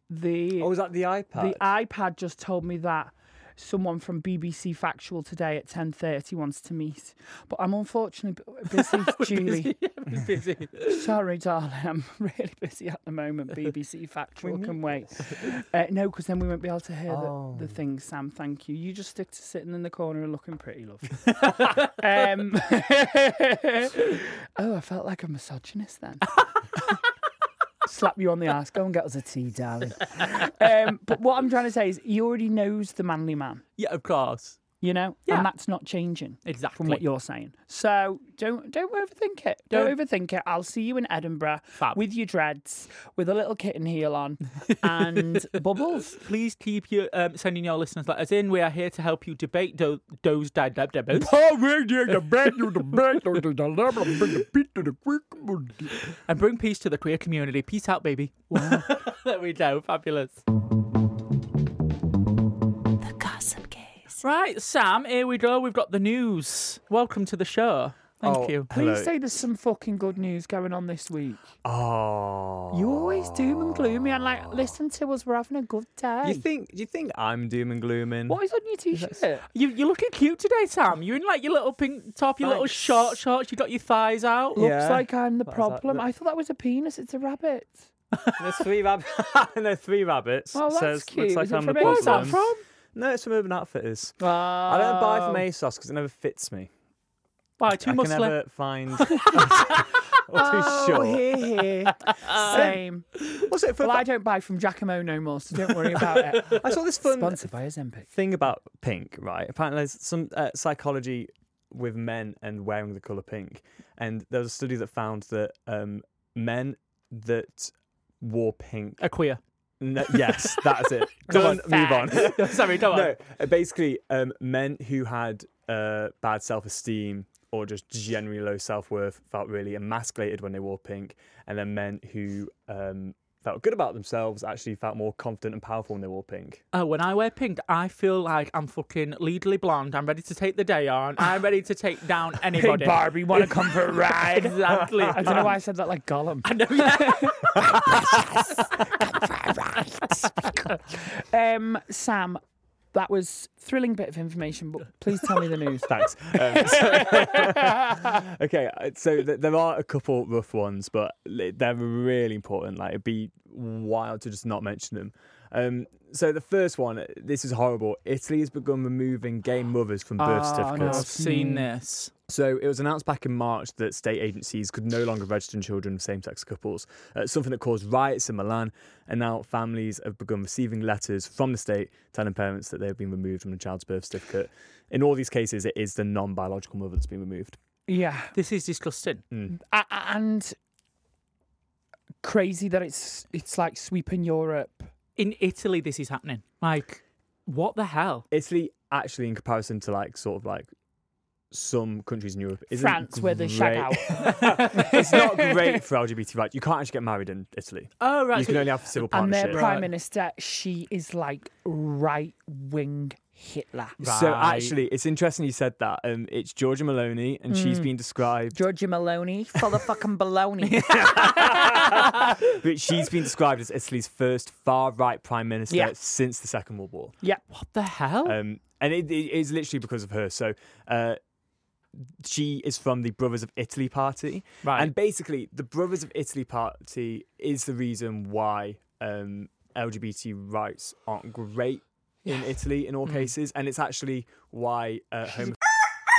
S3: the
S7: Oh, was that the iPad?
S3: The iPad just told me that someone from BBC Factual today at 10.30 wants to meet. But I'm unfortunately b- busy, Julie.
S4: We're busy. We're busy.
S3: Sorry, darling. I'm <laughs> really busy at the moment. BBC Factual can wait. Uh, no, because then we won't be able to hear the, the thing, Sam. Thank you. You just stick to sitting in the corner and looking pretty, love. um, <laughs> oh, I felt like a misogynist then. Slap you on the ass. Go and get us a tea, darling. Um, but what I'm trying to say is, he already knows the manly man,
S4: yeah, of course.
S3: you know,
S4: Yeah.
S3: and that's not changing
S4: Exactly.
S3: from what you're saying. So don't don't overthink it. Don't, overthink it. I'll see you in Edinburgh
S4: Fab.
S3: with your dreads, with a little kitten heel
S7: <laughs>
S3: on, and bubbles.
S4: Please keep your um, sending your listeners letters in. We are here to help you debate do- those dilemmas.
S7: Oh,
S4: and bring peace to the queer community. Peace out,
S7: <laughs>
S4: baby. Wow. there we go. Fabulous.
S2: The Gossip Gaze.
S4: Right, Sam, here we go. We've got the news. Welcome to the show. Thank
S7: Oh,
S4: you.
S3: Please
S7: Hello.
S3: say there's some fucking good news going on this week.
S7: Oh.
S3: You always doom and gloomy and like listen to us. We're having a good day.
S7: You think? Do you think I'm doom and glooming?
S3: what is on your t-shirt?
S4: You, you're looking cute today, Sam. You're in like your little pink top, your little
S7: Thanks.
S4: short shorts. You got your thighs out.
S3: Looks
S7: Yeah.
S3: like I'm the
S7: What is that?
S3: problem. I thought that was a penis. It's a rabbit.
S7: <laughs> There's three <laughs> rabbits. no, three rabbits.
S3: Oh, that's
S7: says,
S3: cute.
S7: looks like
S3: Is it
S7: I'm the
S3: from Where's that from?
S7: problem. No, it's from Urban Outfitters. I don't buy
S3: Oh.
S7: from ASOS because it never fits me.
S4: Why, too
S7: I
S4: Muslim?
S7: can never
S3: <laughs>
S7: find. <laughs> or too
S3: Oh,
S7: short.
S3: here,
S7: <laughs>
S3: here. Same.
S7: Was it for?
S3: Well, I don't buy from Giacomo no more, so don't worry about
S7: <laughs>
S3: it.
S7: I saw this fun
S3: Sponsored by Ozempic.
S7: thing about pink, right? Apparently, there's some uh, psychology with men and wearing the color pink, and there was a study that found that um, men that wore pink.
S4: A queer.
S7: No, yes,
S3: <laughs>
S7: that's it.
S3: Come on,
S7: Done. Move
S4: <laughs>
S7: on.
S4: Sorry, don't
S7: no, uh, basically, um, men who had uh, bad self-esteem or just generally low self-worth felt really emasculated when they wore pink, and then men who um, felt good about themselves actually felt more confident and powerful when they wore pink.
S4: Oh, when I wear pink, I feel like I'm fucking legally blonde. I'm ready to take the day on. I'm ready to take down
S3: <laughs>
S4: anybody.
S3: Hey, Barbie, want to come for
S4: <laughs>
S3: a ride? <laughs>
S4: Exactly.
S3: I don't know why I said that like
S7: <laughs>
S3: Gollum.
S4: <laughs> I know, yeah.
S3: Um, Sam, that was thrilling bit of information, but please tell me the news.
S7: <laughs> Thanks. Um, so- <laughs> okay, uh, so th- there are a couple rough ones, but li- they're really important. Like it'd be wild to just not mention them. Um, so the first one, uh, this is horrible. Italy has begun removing gay mothers from birth
S3: Oh, no.
S7: certificates.
S4: I've seen this.
S7: So it was announced back in March that state agencies could no longer register children of same-sex couples, uh, something that caused riots in Milan. And now families have begun receiving letters from the state telling parents that they've been removed from the child's birth certificate. In all these cases, it is the non-biological mother that's been removed.
S3: Yeah,
S4: This is disgusting.
S3: A- a- and crazy that it's it's like sweeping Europe.
S4: In Italy, this is happening. Like, what
S3: <laughs>
S4: the hell? <laughs>
S7: Italy, actually, in comparison to like sort of like some countries in Europe, isn't
S3: France, where they shag
S7: great-
S3: out.
S4: Oh,
S3: <laughs>
S7: it's not great for LGBT rights. You can't actually get married in Italy.
S4: Oh, right.
S7: You can only have civil
S3: and
S7: partnership.
S3: their prime minister, she is like right wing Hitler.
S7: So
S4: Right.
S7: actually, it's interesting you said that. Um, it's Georgia Maloney, and she's been described,
S3: Georgia Maloney, full of fucking
S7: <laughs>
S3: baloney. <laughs>
S7: but she's been described as Italy's first far-right prime minister
S3: Yeah.
S7: since the Second World War.
S3: yeah,
S4: what the hell?
S7: Um, and it, it is literally because of her. So uh, she is from the Brothers of Italy party,
S4: Right.
S7: And basically, the Brothers of Italy party is the reason why um, LGBT rights aren't great in Italy in all cases, and it's actually why uh,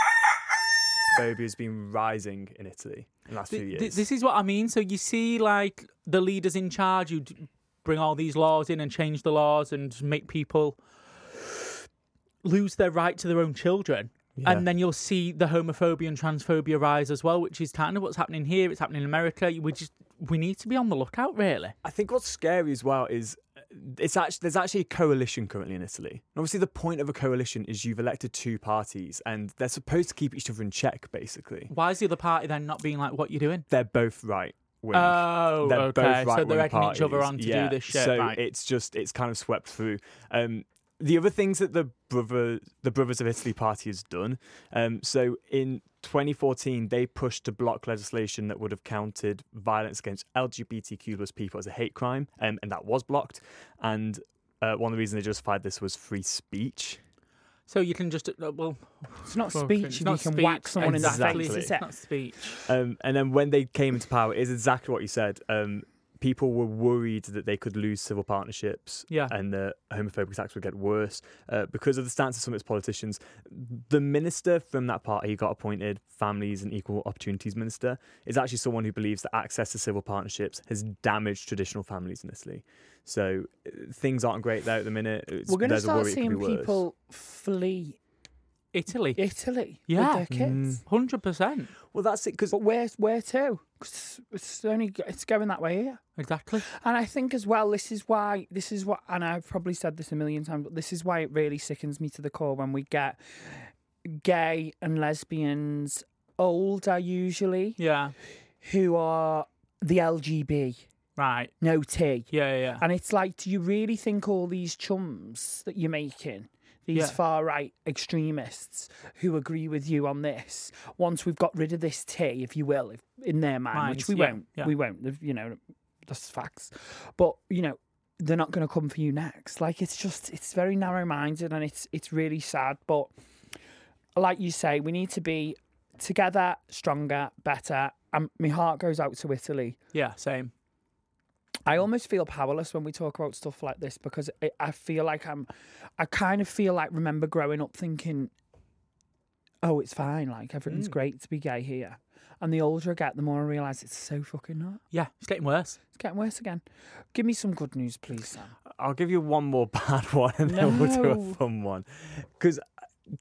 S7: <laughs> homophobia has been rising in Italy in the last few
S4: Th-
S7: years.
S4: th- this is what I mean. So you see, like the leaders in charge, who d- bring all these laws in and change the laws and make people lose their right to their own children.
S7: Yeah.
S4: And then you'll see the homophobia and transphobia rise as well, which is kind of what's happening here. It's happening in America. You- We just we need to be on the lookout, really.
S7: I think what's scary as well is uh, it's actually there's actually a coalition currently in Italy. And obviously, the point of a coalition is you've elected two parties, and they're supposed to keep each other in check. Basically,
S4: Why is the other party then not being like, "What you doing?"
S7: they're both right. Wing.
S4: Oh,
S7: they're
S4: okay.
S7: both right
S4: So they're egging each other on to do this shit,
S7: So
S4: right.
S7: it's just it's kind of swept through. Um, the other things that the brother the Brothers of Italy party has done. Um, so in 2014, they pushed to block legislation that would have counted violence against LGBTQ plus people as a hate crime, um, and that was blocked. And uh, one of the reasons they justified this was free speech.
S4: So you can just uh, well,
S3: it's not
S4: fucking-
S3: speech
S4: it's
S3: if you
S4: not
S3: can
S4: speech,
S3: whack someone
S7: exactly.
S3: in the face.
S4: It's
S3: Is it?
S4: not speech.
S7: Um, and then when they came into power, is exactly what you said. Um, people were worried that they could lose civil partnerships,
S4: Yeah.
S7: and the homophobic attacks would get worse uh, because of the stance of some of its politicians. The minister from that party got appointed, families and equal opportunities minister, is actually someone who believes that access to civil partnerships has damaged traditional families in Italy. So uh, things aren't great there at the minute. It's,
S3: We're going to
S7: there's a
S3: start
S7: worry it could be
S3: seeing
S7: worse.
S3: people flee
S4: Italy,
S3: Italy
S4: Yeah. Mm.
S3: with their kids.
S4: hundred percent,
S7: Well, that's it because
S3: But where where to? 'Cause it's only g- it's going that way here.
S4: exactly.
S3: And I think as well, this is why this is what, and I've probably said this a million times, but this is why it really sickens me to the core when we get gay and lesbians older usually
S4: Yeah,
S3: who are the LGB,
S4: right.
S3: no T.
S4: Yeah, yeah. yeah.
S3: And it's like, do you really think all these chums that you're making, these
S4: Yeah.
S3: far right extremists who agree with you on this, once we've got rid of this T, if you will, if, in their mind,
S4: Minds,
S3: which we
S4: yeah,
S3: won't,
S4: yeah.
S3: we won't, if- you know, that's facts. But, you know, they're not going to come for you next. Like, it's just, it's very narrow minded and it's, it's really sad. But like you say, we need to be together, stronger, better. And my heart goes out to Italy
S4: yeah, same.
S3: I almost feel powerless when we talk about stuff like this because I I feel like I'm, I kind of feel like remember growing up thinking, oh, it's fine, like everything's great to be gay here. And the older I get, the more I realise it's so fucking not.
S4: Yeah, it's getting worse.
S3: It's getting worse again. Give me some good news, please, Sam.
S7: I'll give you one more <laughs> bad one and then we'll do
S3: No.
S7: a fun one. Because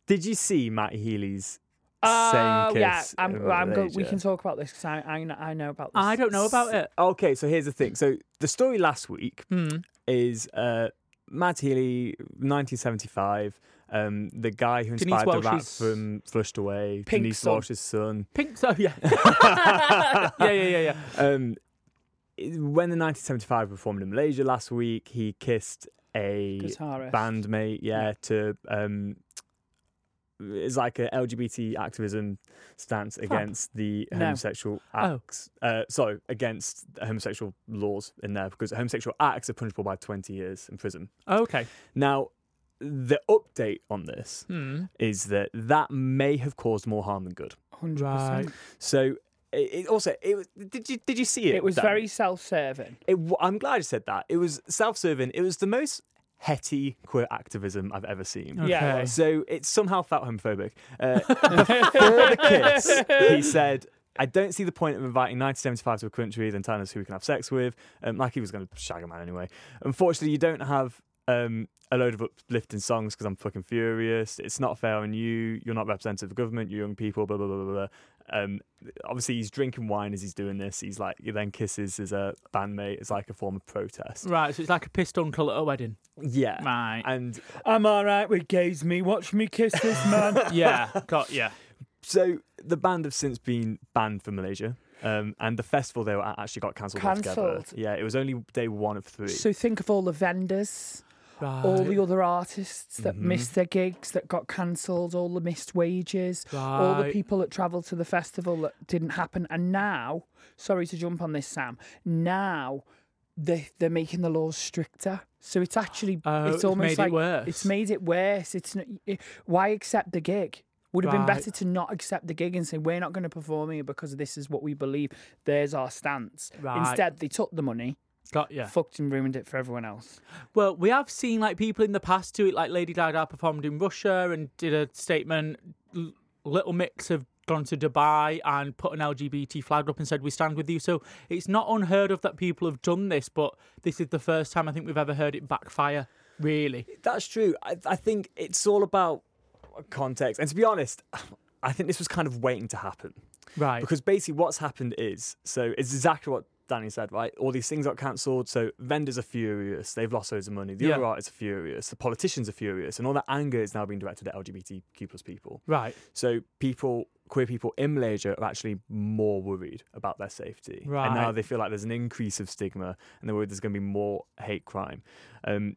S7: did you see Matt Healy's
S3: Oh,
S7: same kiss?
S3: yeah, I'm,
S7: in
S3: I'm go- we
S7: Malaysia?
S3: can talk about this because I, I, kn- I know about this.
S4: I don't know about it.
S7: Okay, so here's the thing. So the story last week
S4: Mm.
S7: is uh, Matt Healy, 1975, um, the guy who
S4: Denise
S7: inspired the rap
S4: Welsh's-
S7: from Flushed Away,
S3: Pink
S7: Denise
S3: son.
S7: Walsh's son.
S4: Pink. So <laughs>
S3: <laughs>
S7: <laughs>
S4: yeah. yeah, yeah, yeah, yeah.
S7: Um, it- when the 1975 performed in Malaysia last week, he kissed a
S3: Guitarist.
S7: bandmate, yeah, to um, it's like a LGBT activism stance against the
S3: No.
S7: homosexual
S4: Oh.
S7: acts. Uh, sorry, against homosexual laws in there because homosexual acts are punishable by 20 years in prison.
S4: Okay.
S7: Now, the update on this is that that may have caused more harm than good.
S3: 100%.
S7: So. It it also, it was, did you did you see it?
S3: It was
S7: Dan?
S3: very self serving.
S7: It, w- I'm glad you said that. It was self-serving. It was the most hetty queer activism I've ever seen.
S3: Yeah.
S4: Okay.
S7: So it somehow felt homophobic. Uh, before the kiss, he said, I don't see the point of inviting 1975 to a country, then telling us who we can have sex with. Um, like he was going to shag a man anyway. Unfortunately, you don't have um, a load of uplifting songs because I'm fucking furious. It's not fair on you. You're not representative of government. You're young people, blah, blah, blah, blah, blah. Um, obviously, he's drinking wine as he's doing this. He's like, he then kisses his uh, bandmate. It's like a form of protest.
S4: Right. So it's like a pissed uncle at a wedding.
S3: Uh,
S7: Yeah.
S4: Right.
S7: And
S3: I'm all right with gays, me. Watch me kiss this
S4: <laughs>
S3: man.
S4: yeah. Got yeah.
S7: So the band have since been banned from Malaysia, um, and the festival they were at actually got cancelled altogether.
S3: Cancelled?
S7: Yeah, it was only day one of three.
S3: So think of all the vendors,
S4: Right. Mm-hmm.
S3: all the other artists that missed their gigs, that got cancelled, all the missed wages, all the
S4: Right.
S3: people that travelled to the festival that didn't happen. And now, sorry to jump on this, Sam, now they, they're making the laws stricter. So it's actually,
S4: Oh,
S3: it's
S4: it's
S3: almost
S4: made
S3: like
S4: it worse.
S3: it's made it worse. It's not, it, Why accept the gig? Would have been
S4: Right.
S3: better to not accept the gig and say we're not going to perform here because this is what we believe. There's our stance.
S4: Right.
S3: Instead, they took the money,
S4: Got yeah.
S3: fucked and ruined it for everyone else.
S4: Well, we have seen like people in the past do it. Like Lady Gaga performed in Russia and did a statement. L- Little Mix have gone to Dubai and put an LGBT flag up and said we stand with you. So it's not unheard of that people have done this, but this is the first time I think we've ever heard it backfire. Really,
S7: That's true. I, I think it's all about context. And to be honest, <sighs> I think this was kind of waiting to happen.
S4: right?
S7: Because basically, what's happened is so it's exactly what Danny said, right? All these things got cancelled. So vendors are furious. They've lost loads of money. The
S4: Yeah.
S7: other artists are furious. The politicians are furious. And all that anger is now being directed at LGBTQ plus people.
S4: right,
S7: So people, queer people in Malaysia are actually more worried about their safety. And now
S4: Right.
S7: they feel like there's an increase of stigma and they're worried there's going to be more hate crime. Um,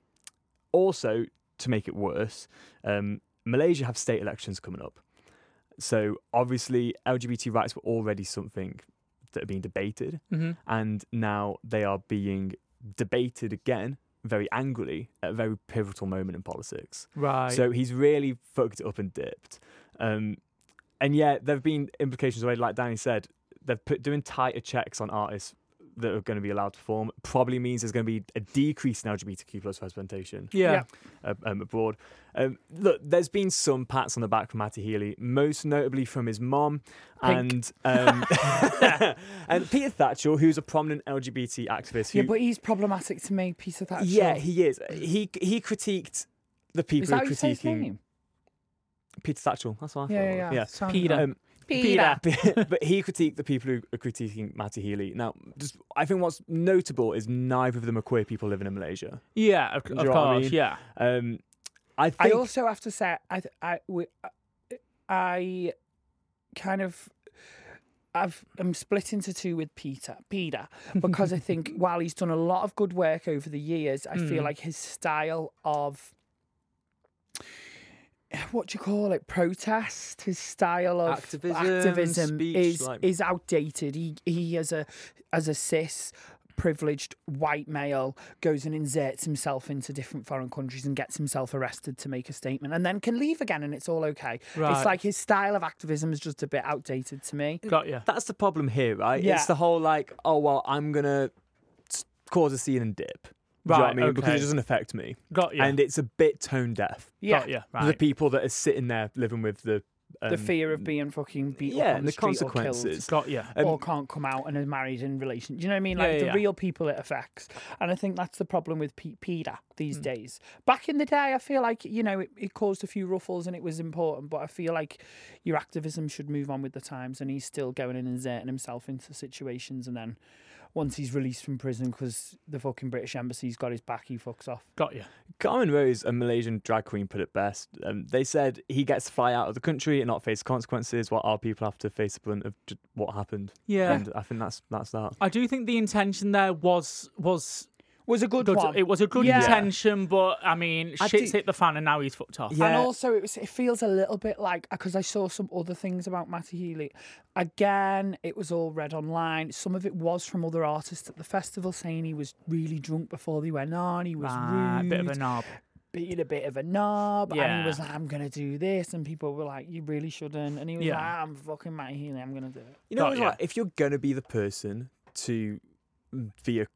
S7: also, to make it worse, um, Malaysia have state elections coming up. So obviously, LGBT rights were already something that are being debated.
S4: Mm-hmm.
S7: And now they are being debated again very angrily at a very pivotal moment in politics.
S4: right.
S7: So he's really fucked it up and dipped. Um, and yeah, there have been implications already. Like Danny said, they're put, doing tighter checks on artists that are going to be allowed to perform. Probably means there's going to be a decrease in LGBTQ plus representation
S4: yeah.
S3: Yeah.
S7: uh, um, abroad. Um, look, there's been some pats on the back from Matty Healy, most notably from his mom
S3: Pink.
S7: and um, <laughs> and Peter Thatchell, who's a prominent LGBT activist. Who,
S3: Yeah, but he's problematic to me, Peter Thatcher.
S7: yeah, he is. He he critiqued the people
S3: is that
S7: who
S3: who you
S7: critiquing
S3: say his name?
S7: Peter Thatchell. That's what I thought.
S3: Yeah,
S7: it
S3: yeah,
S7: was.
S3: yeah. Sounds
S4: Peter.
S3: right.
S7: Um,
S4: Peter.
S3: <laughs>
S7: <laughs> but, but he critiqued the people who are critiquing Matty Healy. Now, just I think what's notable is neither of them are queer people living in Malaysia.
S4: Yeah, of,
S7: Do you
S4: of
S7: know what I
S4: course.
S7: mean?
S4: Yeah.
S7: Um, I
S3: I
S7: think
S3: also have to say, I, th- I, we, I- I kind of, I've, I'm split into two with Peter,
S7: <laughs>
S3: Peter, because I think while he's done a lot of good work over the years, I
S7: Mm.
S3: feel like his style of. What do you call it? Protest. His style of
S7: Activism,
S3: activism
S7: speech,
S3: is
S7: like-
S3: is outdated. He he as a as a cis privileged white male goes and inserts himself into different foreign countries and gets himself arrested to make a statement and then can leave again and it's all okay.
S4: Right.
S3: It's like his style of activism is just a bit outdated to me.
S4: Got you.
S7: that's the problem here, right?
S3: Yeah.
S7: It's the whole like, oh well, I'm gonna s- cause a scene and dip. Do you know what I
S4: Right,
S7: mean? Because
S4: okay.
S7: it doesn't affect me.
S4: Got you.
S7: And it's a bit tone deaf.
S3: Yeah.
S4: Got you.
S7: The
S4: Right.
S7: people that are sitting there living with the um,
S3: the fear of being fucking beat
S7: yeah,
S3: up on
S7: and
S3: the,
S7: the
S3: street
S7: consequences.
S4: Got you.
S3: or killed,
S7: Um,
S3: or can't come out and are married in relation. Do you know what I mean?
S4: Yeah,
S3: Like
S4: yeah,
S3: the
S4: yeah.
S3: real people it affects, and I think that's the problem with Pete Peter these
S4: Hmm.
S3: days. Back in the day, I feel like you know it, it caused a few ruffles and it was important, but I feel like your activism should move on with the times, and he's still going and inserting himself into situations, and then. Once he's released from prison because the fucking British embassy's got his back, he fucks off.
S4: Got you.
S7: Carmen Rose, a Malaysian drag queen, put it best. Um, they said he gets to fly out of the country and not face consequences, while our people have to face the brunt of ju- what happened.
S4: Yeah.
S7: and I think that's that's that.
S4: I do think the intention there was was
S3: Was a good,
S4: good.
S3: one.
S4: It was a good
S3: Yeah.
S4: intention, but I mean,
S3: I
S4: shit's
S3: do-
S4: hit the fan, and now he's fucked off.
S7: Yeah.
S3: And also, it, was, it feels a little bit like because I saw some other things about Matty Healy. Again, it was all read online. Some of it was from other artists at the festival saying he was really drunk before they went on. He was
S4: Right,
S3: rude,
S4: bit of
S3: <laughs>
S4: a knob.
S3: being a bit of a knob, and
S4: Yeah.
S3: he was like, "I'm gonna do this," and people were like, "You really shouldn't," and he was
S4: Yeah.
S3: like, "I'm fucking Matty Healy. I'm gonna do it."
S7: You know,
S4: Got
S7: it's
S4: ya.
S7: like, if you're gonna be the person to be a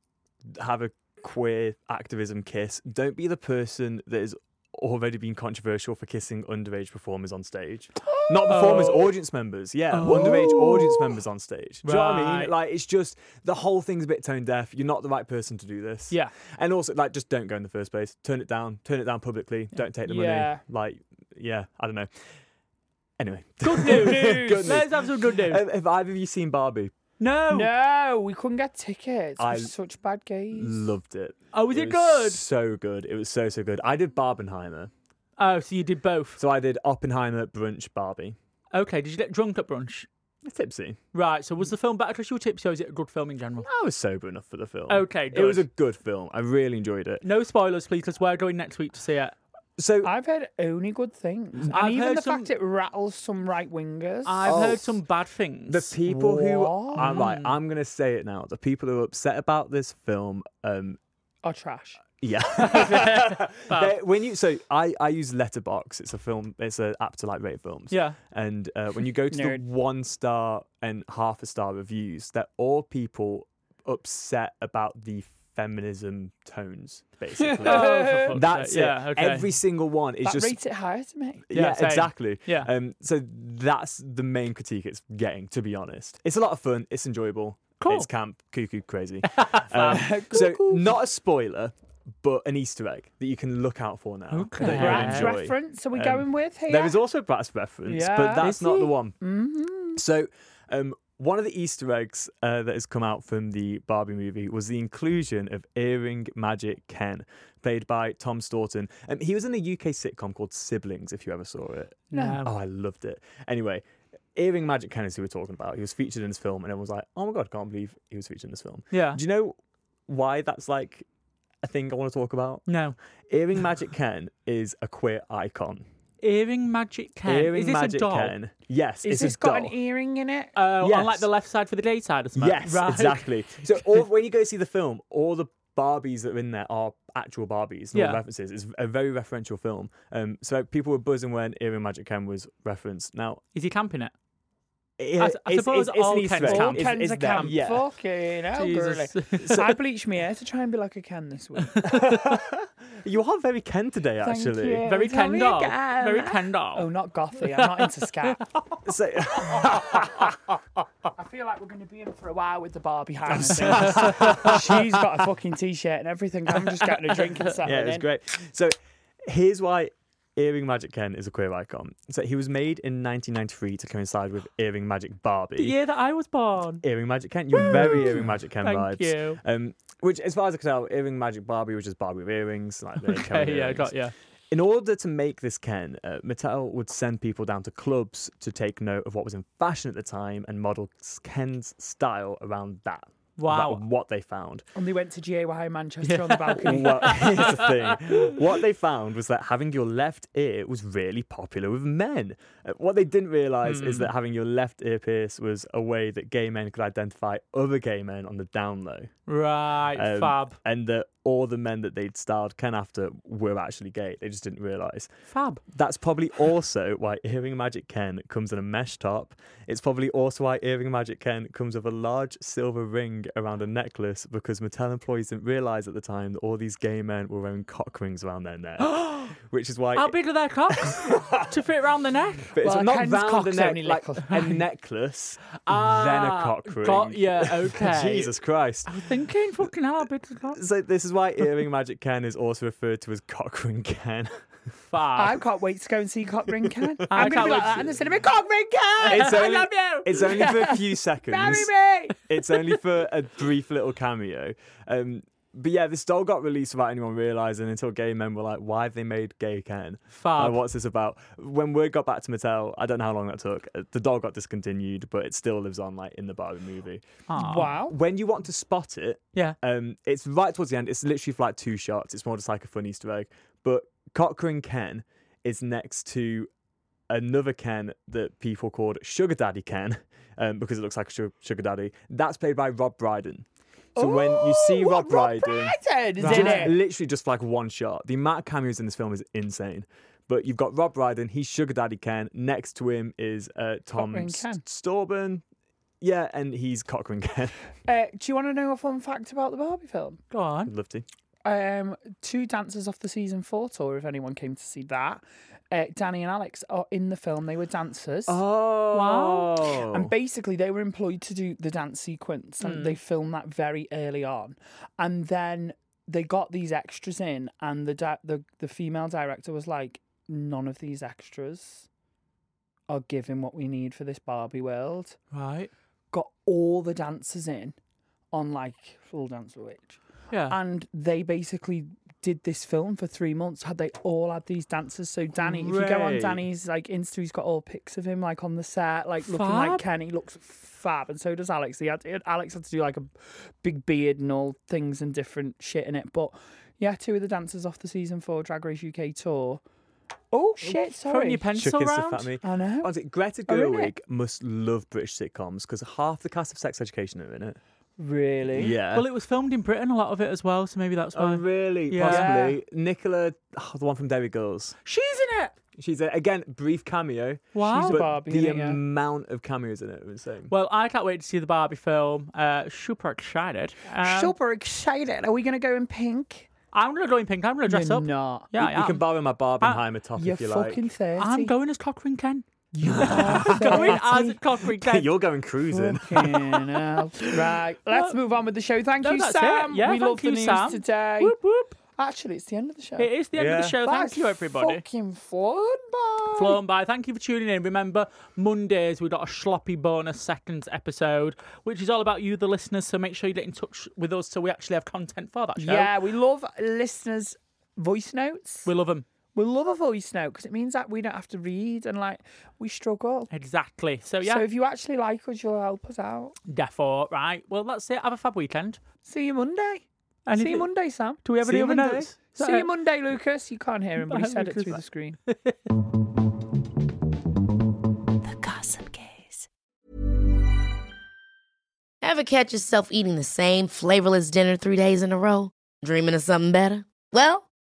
S7: have a queer activism kiss, don't be the person that has already been controversial for kissing underage performers on stage. Not performers,
S4: Oh.
S7: audience members. Yeah, underage audience members on stage. Do you know what I
S4: Right.
S7: mean? Like, it's just the whole thing's a bit tone deaf. You're not the right person to do this.
S4: Yeah.
S7: and also like, just don't go in the first place. Turn it down. Turn it down publicly. Don't take the
S3: Yeah.
S7: money. Like, yeah, I don't know. Anyway,
S4: Good news.
S7: Good news.
S4: Let's have some good news.
S7: <laughs> Have, have either of you seen Barbie?
S4: no.
S3: No, we couldn't get tickets.
S7: I
S3: We're such bad gays.
S7: Loved it.
S4: Oh, was it good?
S7: was so good. It was so so good. I did Barbenheimer.
S4: Oh, so you did both.
S7: So I did Oppenheimer brunch Barbie.
S4: Okay. Did you get drunk at brunch?
S7: Tipsy.
S4: Right. So was the film better because you were tipsy, or is it a good film in general?
S7: I was sober enough for the film.
S4: Okay,
S7: It
S4: good.
S7: was a good film. I really enjoyed it.
S4: No spoilers, please, because we're going next week to see it.
S7: So
S3: I've heard only good things, and
S4: I've
S3: even
S4: heard
S3: the
S4: some-
S3: fact it rattles some right wingers.
S4: I've
S7: Oh.
S4: heard some bad things. <laughs>
S7: the people who
S3: What?
S7: I'm like, I'm gonna say it now. The people who are upset about this film, um,
S3: are trash.
S7: <laughs> yeah. They- when you so I I use Letterbox. It's a film. It's an app to like rate films.
S4: Yeah.
S7: And uh, when you go to the
S3: Nerd.
S7: one star and half a star reviews, they're all people upset about the feminism tones, basically.
S4: <laughs> Oh, for fuck's
S7: That's
S4: sake. Yeah,
S7: it.
S4: okay.
S7: Every single one is
S3: That
S7: just.
S3: rates it higher to me.
S7: yeah,
S4: Yeah, same.
S7: exactly.
S4: Yeah.
S7: Um, so that's the main critique it's getting, to be honest. It's a lot of fun. It's enjoyable.
S4: Cool.
S7: It's camp cuckoo crazy. Um, so not a spoiler, but an Easter egg that you can look out for now.
S4: Okay.
S7: That you'll
S3: Bratz
S7: enjoy.
S3: reference are we
S7: Um,
S3: going with here?
S7: There is also a Bratz reference,
S3: Yeah.
S7: but that's
S3: Is
S7: not
S3: he?
S7: the one.
S3: Mm-hmm.
S7: So, um, one of the Easter eggs uh, that has come out from the Barbie movie was the inclusion of Earring Magic Ken, played by Tom Staunton. Um, he was in a UK sitcom called Siblings, if you ever saw it.
S4: No.
S7: Oh, I loved it. Anyway, Earring Magic Ken is who we're talking about. He was featured in this film, and everyone was like, oh my God, I can't believe he was featured in this film.
S4: Yeah.
S7: Do you know why that's like a thing I want to talk about?
S4: No. <sighs>
S7: Earring Magic Ken is a queer icon.
S4: Earring Magic Ken.
S7: Earring
S4: is this
S7: Magic
S4: a doll?
S7: Ken. Yes,
S3: Is
S7: it's
S3: this
S7: a
S3: got
S7: doll.
S3: an earring in it?
S4: Oh, on like
S7: Yes.
S4: the left side for the day side or something?
S7: Yes,
S4: Right.
S7: exactly.
S4: <laughs>
S7: So all, when you go see the film, all the Barbies that are in there are actual Barbies, not
S4: Yeah.
S7: references. It's a very referential film. Um, so people were buzzing when Earring Magic Ken was referenced. Now,
S4: Is he camping it?
S7: it,
S4: I
S7: it's,
S4: suppose
S7: it's, it's
S4: all
S7: an Easter
S4: Kens
S7: egg.
S3: All
S4: count.
S7: It's-
S3: Ken's
S7: it's
S3: a
S7: them,
S3: Ken.
S7: yeah.
S3: Fucking hell,
S4: Jesus.
S3: girly. <laughs> I bleach my hair to try and be like a Ken this
S7: <laughs>
S3: week.
S7: You are very Ken today,
S3: Thank
S7: actually.
S3: you.
S4: Very
S3: Tell
S4: Ken
S3: me
S4: doll.
S3: again.
S4: Very Ken doll.
S3: Oh, not gothy. I'm not into
S4: <laughs>
S3: scat.
S7: <laughs> So,
S3: I feel like we're going to be in for a while with the
S7: <laughs>
S3: Barbie hand. She's got a fucking t-shirt and everything. I'm just getting a drink and settling
S7: <laughs> yeah, it was
S3: in.
S7: great. So here's why Earring Magic Ken is a queer icon. So he was made in 1993 to coincide with Earring Magic Barbie.
S4: The year that I was
S7: <laughs>
S4: born.
S7: Earring Magic Ken. You're very Earring Magic Ken
S4: Thank
S7: vibes.
S4: you.
S7: Um, which, as far as I can tell, Earring Magic Barbie, which is Barbie with earrings. Like the Ken
S4: <laughs>
S7: with
S4: Okay, yeah,
S7: earrings.
S4: got yeah.
S7: In order to make this Ken, uh, Mattel would send people down to clubs to take note of what was in fashion at the time and model Ken's style around that.
S4: Wow.
S7: About what they found.
S3: And they went to GAY Manchester
S7: <laughs>
S3: on the balcony.
S7: Well, here's the thing. What they found was that having your left ear was really popular with men. Uh, What they didn't realize
S4: Hmm.
S7: is that having your left ear pierced was a way that gay men could identify other gay men on the down low.
S4: Right,
S7: Um,
S4: fab.
S7: And that all the men that they'd styled Ken after were actually gay. They just didn't realise.
S4: Fab.
S7: That's probably also why Earring Magic Ken comes in a mesh top. It's probably also why Earring Magic Ken comes with a large silver ring around a necklace because Mattel employees didn't realise at the time that all these gay men were wearing cock rings around their neck. which is why
S4: How big are their
S7: <laughs>
S4: cocks to fit around the neck?
S7: but it's
S3: Well,
S7: not
S3: Ken's
S7: round the
S3: cock's
S7: neck,
S3: only
S7: like
S3: little.
S7: a necklace, then a
S4: Ah,
S7: cock ring.
S4: got
S7: <laughs>
S4: ya, okay.
S7: Jesus Christ.
S4: I'm thinking, fucking hell, how big are the cocks?
S7: So this is why earring magic Ken is also referred to as cock
S4: <laughs>
S7: ring Ken.
S3: I
S4: Fab.
S3: can't wait to go and see Cock Ring
S7: <laughs>
S3: Ken.
S4: I
S3: I'm going to
S4: can't
S3: be like
S4: wait
S3: that
S4: to-
S3: in the cinema. Cock Ring Ken!
S7: It's only,
S4: I love you.
S7: It's only
S4: <laughs>
S7: for a few seconds.
S3: Marry me!
S7: It's only for a brief little cameo. Um, but yeah, this doll got released without anyone realizing until gay men were like, "Why have they made gay Ken?
S4: Fab.
S7: Uh, what's this about?" When word got back to Mattel, I don't know how long that took. uh, The doll got discontinued, but it still lives on, like in the Barbie movie.
S4: Aw.
S7: Oh.
S3: Wow.
S7: When you want to spot it,
S4: Yeah.
S7: Um, it's right towards the end. It's literally for like two shots. It's more just like a fun Easter egg. But Cochrane Ken is next to another Ken that people called Sugar Daddy Ken um, because it looks like a su- Sugar Daddy. That's played by Rob Brydon. So when you see
S3: Ooh,
S7: Rob
S3: what
S7: Brydon,
S3: Brydon is
S7: just
S3: in it.
S7: literally just for, like one shot, the amount of cameos in this film is insane. But you've got Rob Brydon, he's Sugar Daddy Ken. Next to him is uh, Tom
S3: Cochrane
S7: S-
S3: Ken.
S7: Stauben. Yeah, and he's Cochrane Ken. <laughs>
S3: Uh, do you want to know a fun fact about the Barbie film?
S4: Go on.
S7: I'd love to.
S3: Um, two dancers off the season four tour, if anyone came to see that, uh, Danny and Alex are in the film. They were dancers.
S7: Oh. Wow.
S3: And basically, they were employed to do the dance sequence, and they filmed that very early on. And then they got these extras in, and the di- the the female director was like, "None of these extras are given what we need for this Barbie world."
S4: Right.
S3: Got all the dancers in on like full dance witch,
S4: Yeah.
S3: and they basically did this film for three months. Had they all had these dancers? So Danny, if you go on
S7: Great.
S3: Danny's like Insta, he's got all pics of him like on the set, like looking
S4: Fab.
S3: like Ken. He looks fab, and so does Alex. He had Alex had to do like a big beard and all things and different shit in it. But yeah, two of the dancers off the season four Drag Race UK tour. Oh shit!
S4: Throwing
S3: Sorry,
S4: your pencil
S7: Shook his stuff
S4: round.
S7: at me.
S3: I know. Oh,
S7: Honestly, Greta
S3: Are in
S7: Gerwig
S3: it?
S7: must love British sitcoms because half the cast of Sex Education are in it.
S3: really?
S7: Yeah.
S4: Well, it was filmed in Britain, a lot of it as well, so maybe that's why.
S7: oh, really?
S4: Yeah.
S7: Possibly. Nicola, oh, the one from Derry Girls.
S4: She's in it.
S7: She's a, again brief cameo.
S4: Wow.
S3: She's a
S7: but
S3: Barbie,
S7: the
S3: innit, yeah.
S7: amount of cameos in it are insane.
S4: Well, I can't wait to see the Barbie film. Uh, super excited. Um,
S3: Super excited. Are we gonna go in pink?
S4: I'm gonna go in pink. I'm gonna dress
S3: You're
S4: up.
S3: not.
S4: Yeah, I
S7: you can
S4: am.
S7: borrow my Barbenheimer top
S3: um, uh, You're
S7: if you
S3: fucking
S7: like.
S3: thirty.
S4: I'm going as
S3: <laughs>
S4: Cochrane Ken. <laughs>
S3: I'm
S4: Going as Cochrane Ken.
S7: <laughs> You're
S3: <laughs>
S7: going cruising.
S3: Fucking
S4: <laughs>
S3: hell. Right, let's move on with the show. Thank
S4: No,
S3: you,
S4: that's it.
S3: Sam.
S4: Yeah,
S3: we
S4: thank
S3: love the
S4: you,
S3: news
S4: Sam.
S3: today.
S4: Whoop whoop.
S3: Actually, it's the end of the show.
S4: It is the end of the
S7: Yeah.
S4: show.
S3: That's
S4: Thank you, everybody.
S3: Fucking fun, bye.
S4: Flown by. Thank you for tuning in. Remember, Mondays we got a sloppy bonus seconds episode, which is all about you, the listeners. So make sure you get in touch with us so we actually have content for that show.
S3: Yeah, we love listeners' voice notes.
S4: We love them.
S3: We love a voice note because it means that we don't have to read and like we struggle.
S4: Exactly. So Oh, yeah,
S3: So if you actually like us, you'll help us out.
S4: therefore, right. Well, that's it. Have a fab weekend.
S3: See you Monday. See you
S4: Anything-
S3: Monday, Sam.
S4: Do we have
S7: See
S4: any
S7: you
S4: other
S7: Monday.
S4: notes? Is that
S3: See you
S4: it?
S3: Monday, Lucas. You can't hear him, but he
S4: Bye,
S3: said
S4: Lucas.
S3: it through the screen.
S2: The Gossip Gaze.
S8: Ever catch yourself eating the same flavorless dinner three days in a row? Dreaming of something better? Well,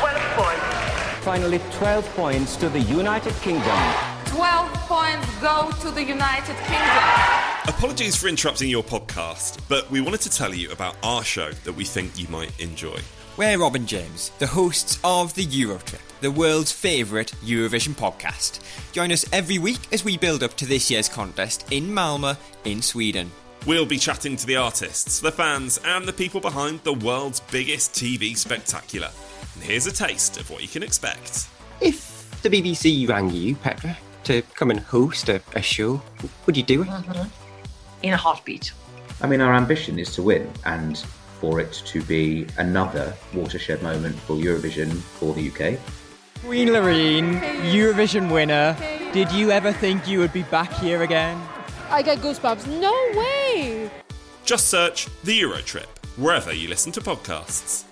S9: 12 points.
S10: Finally, 12 points to the United Kingdom.
S6: 12 points go to the United Kingdom.
S11: Apologies for interrupting your podcast, but we wanted to tell you about our show that we think you might enjoy.
S10: We're Rob and James, the hosts of the Eurotrip, the world's favourite Eurovision podcast. Join us every week as we build up to this year's contest in Malmö, in Sweden.
S11: We'll be chatting to the artists, the fans, and the people behind the world's biggest TV spectacular. And here's a taste of what you can expect.
S10: If the BBC rang you, Petra, to come and host a, a show, would you do it?
S9: In a heartbeat.
S10: I mean, our ambition is to win and for it to be another watershed moment for Eurovision for the UK.
S4: Queen Lorene, Eurovision winner. Did you ever think you would be back here again?
S3: I get goosebumps. No way!
S8: Just search The Euro Trip wherever you listen to podcasts.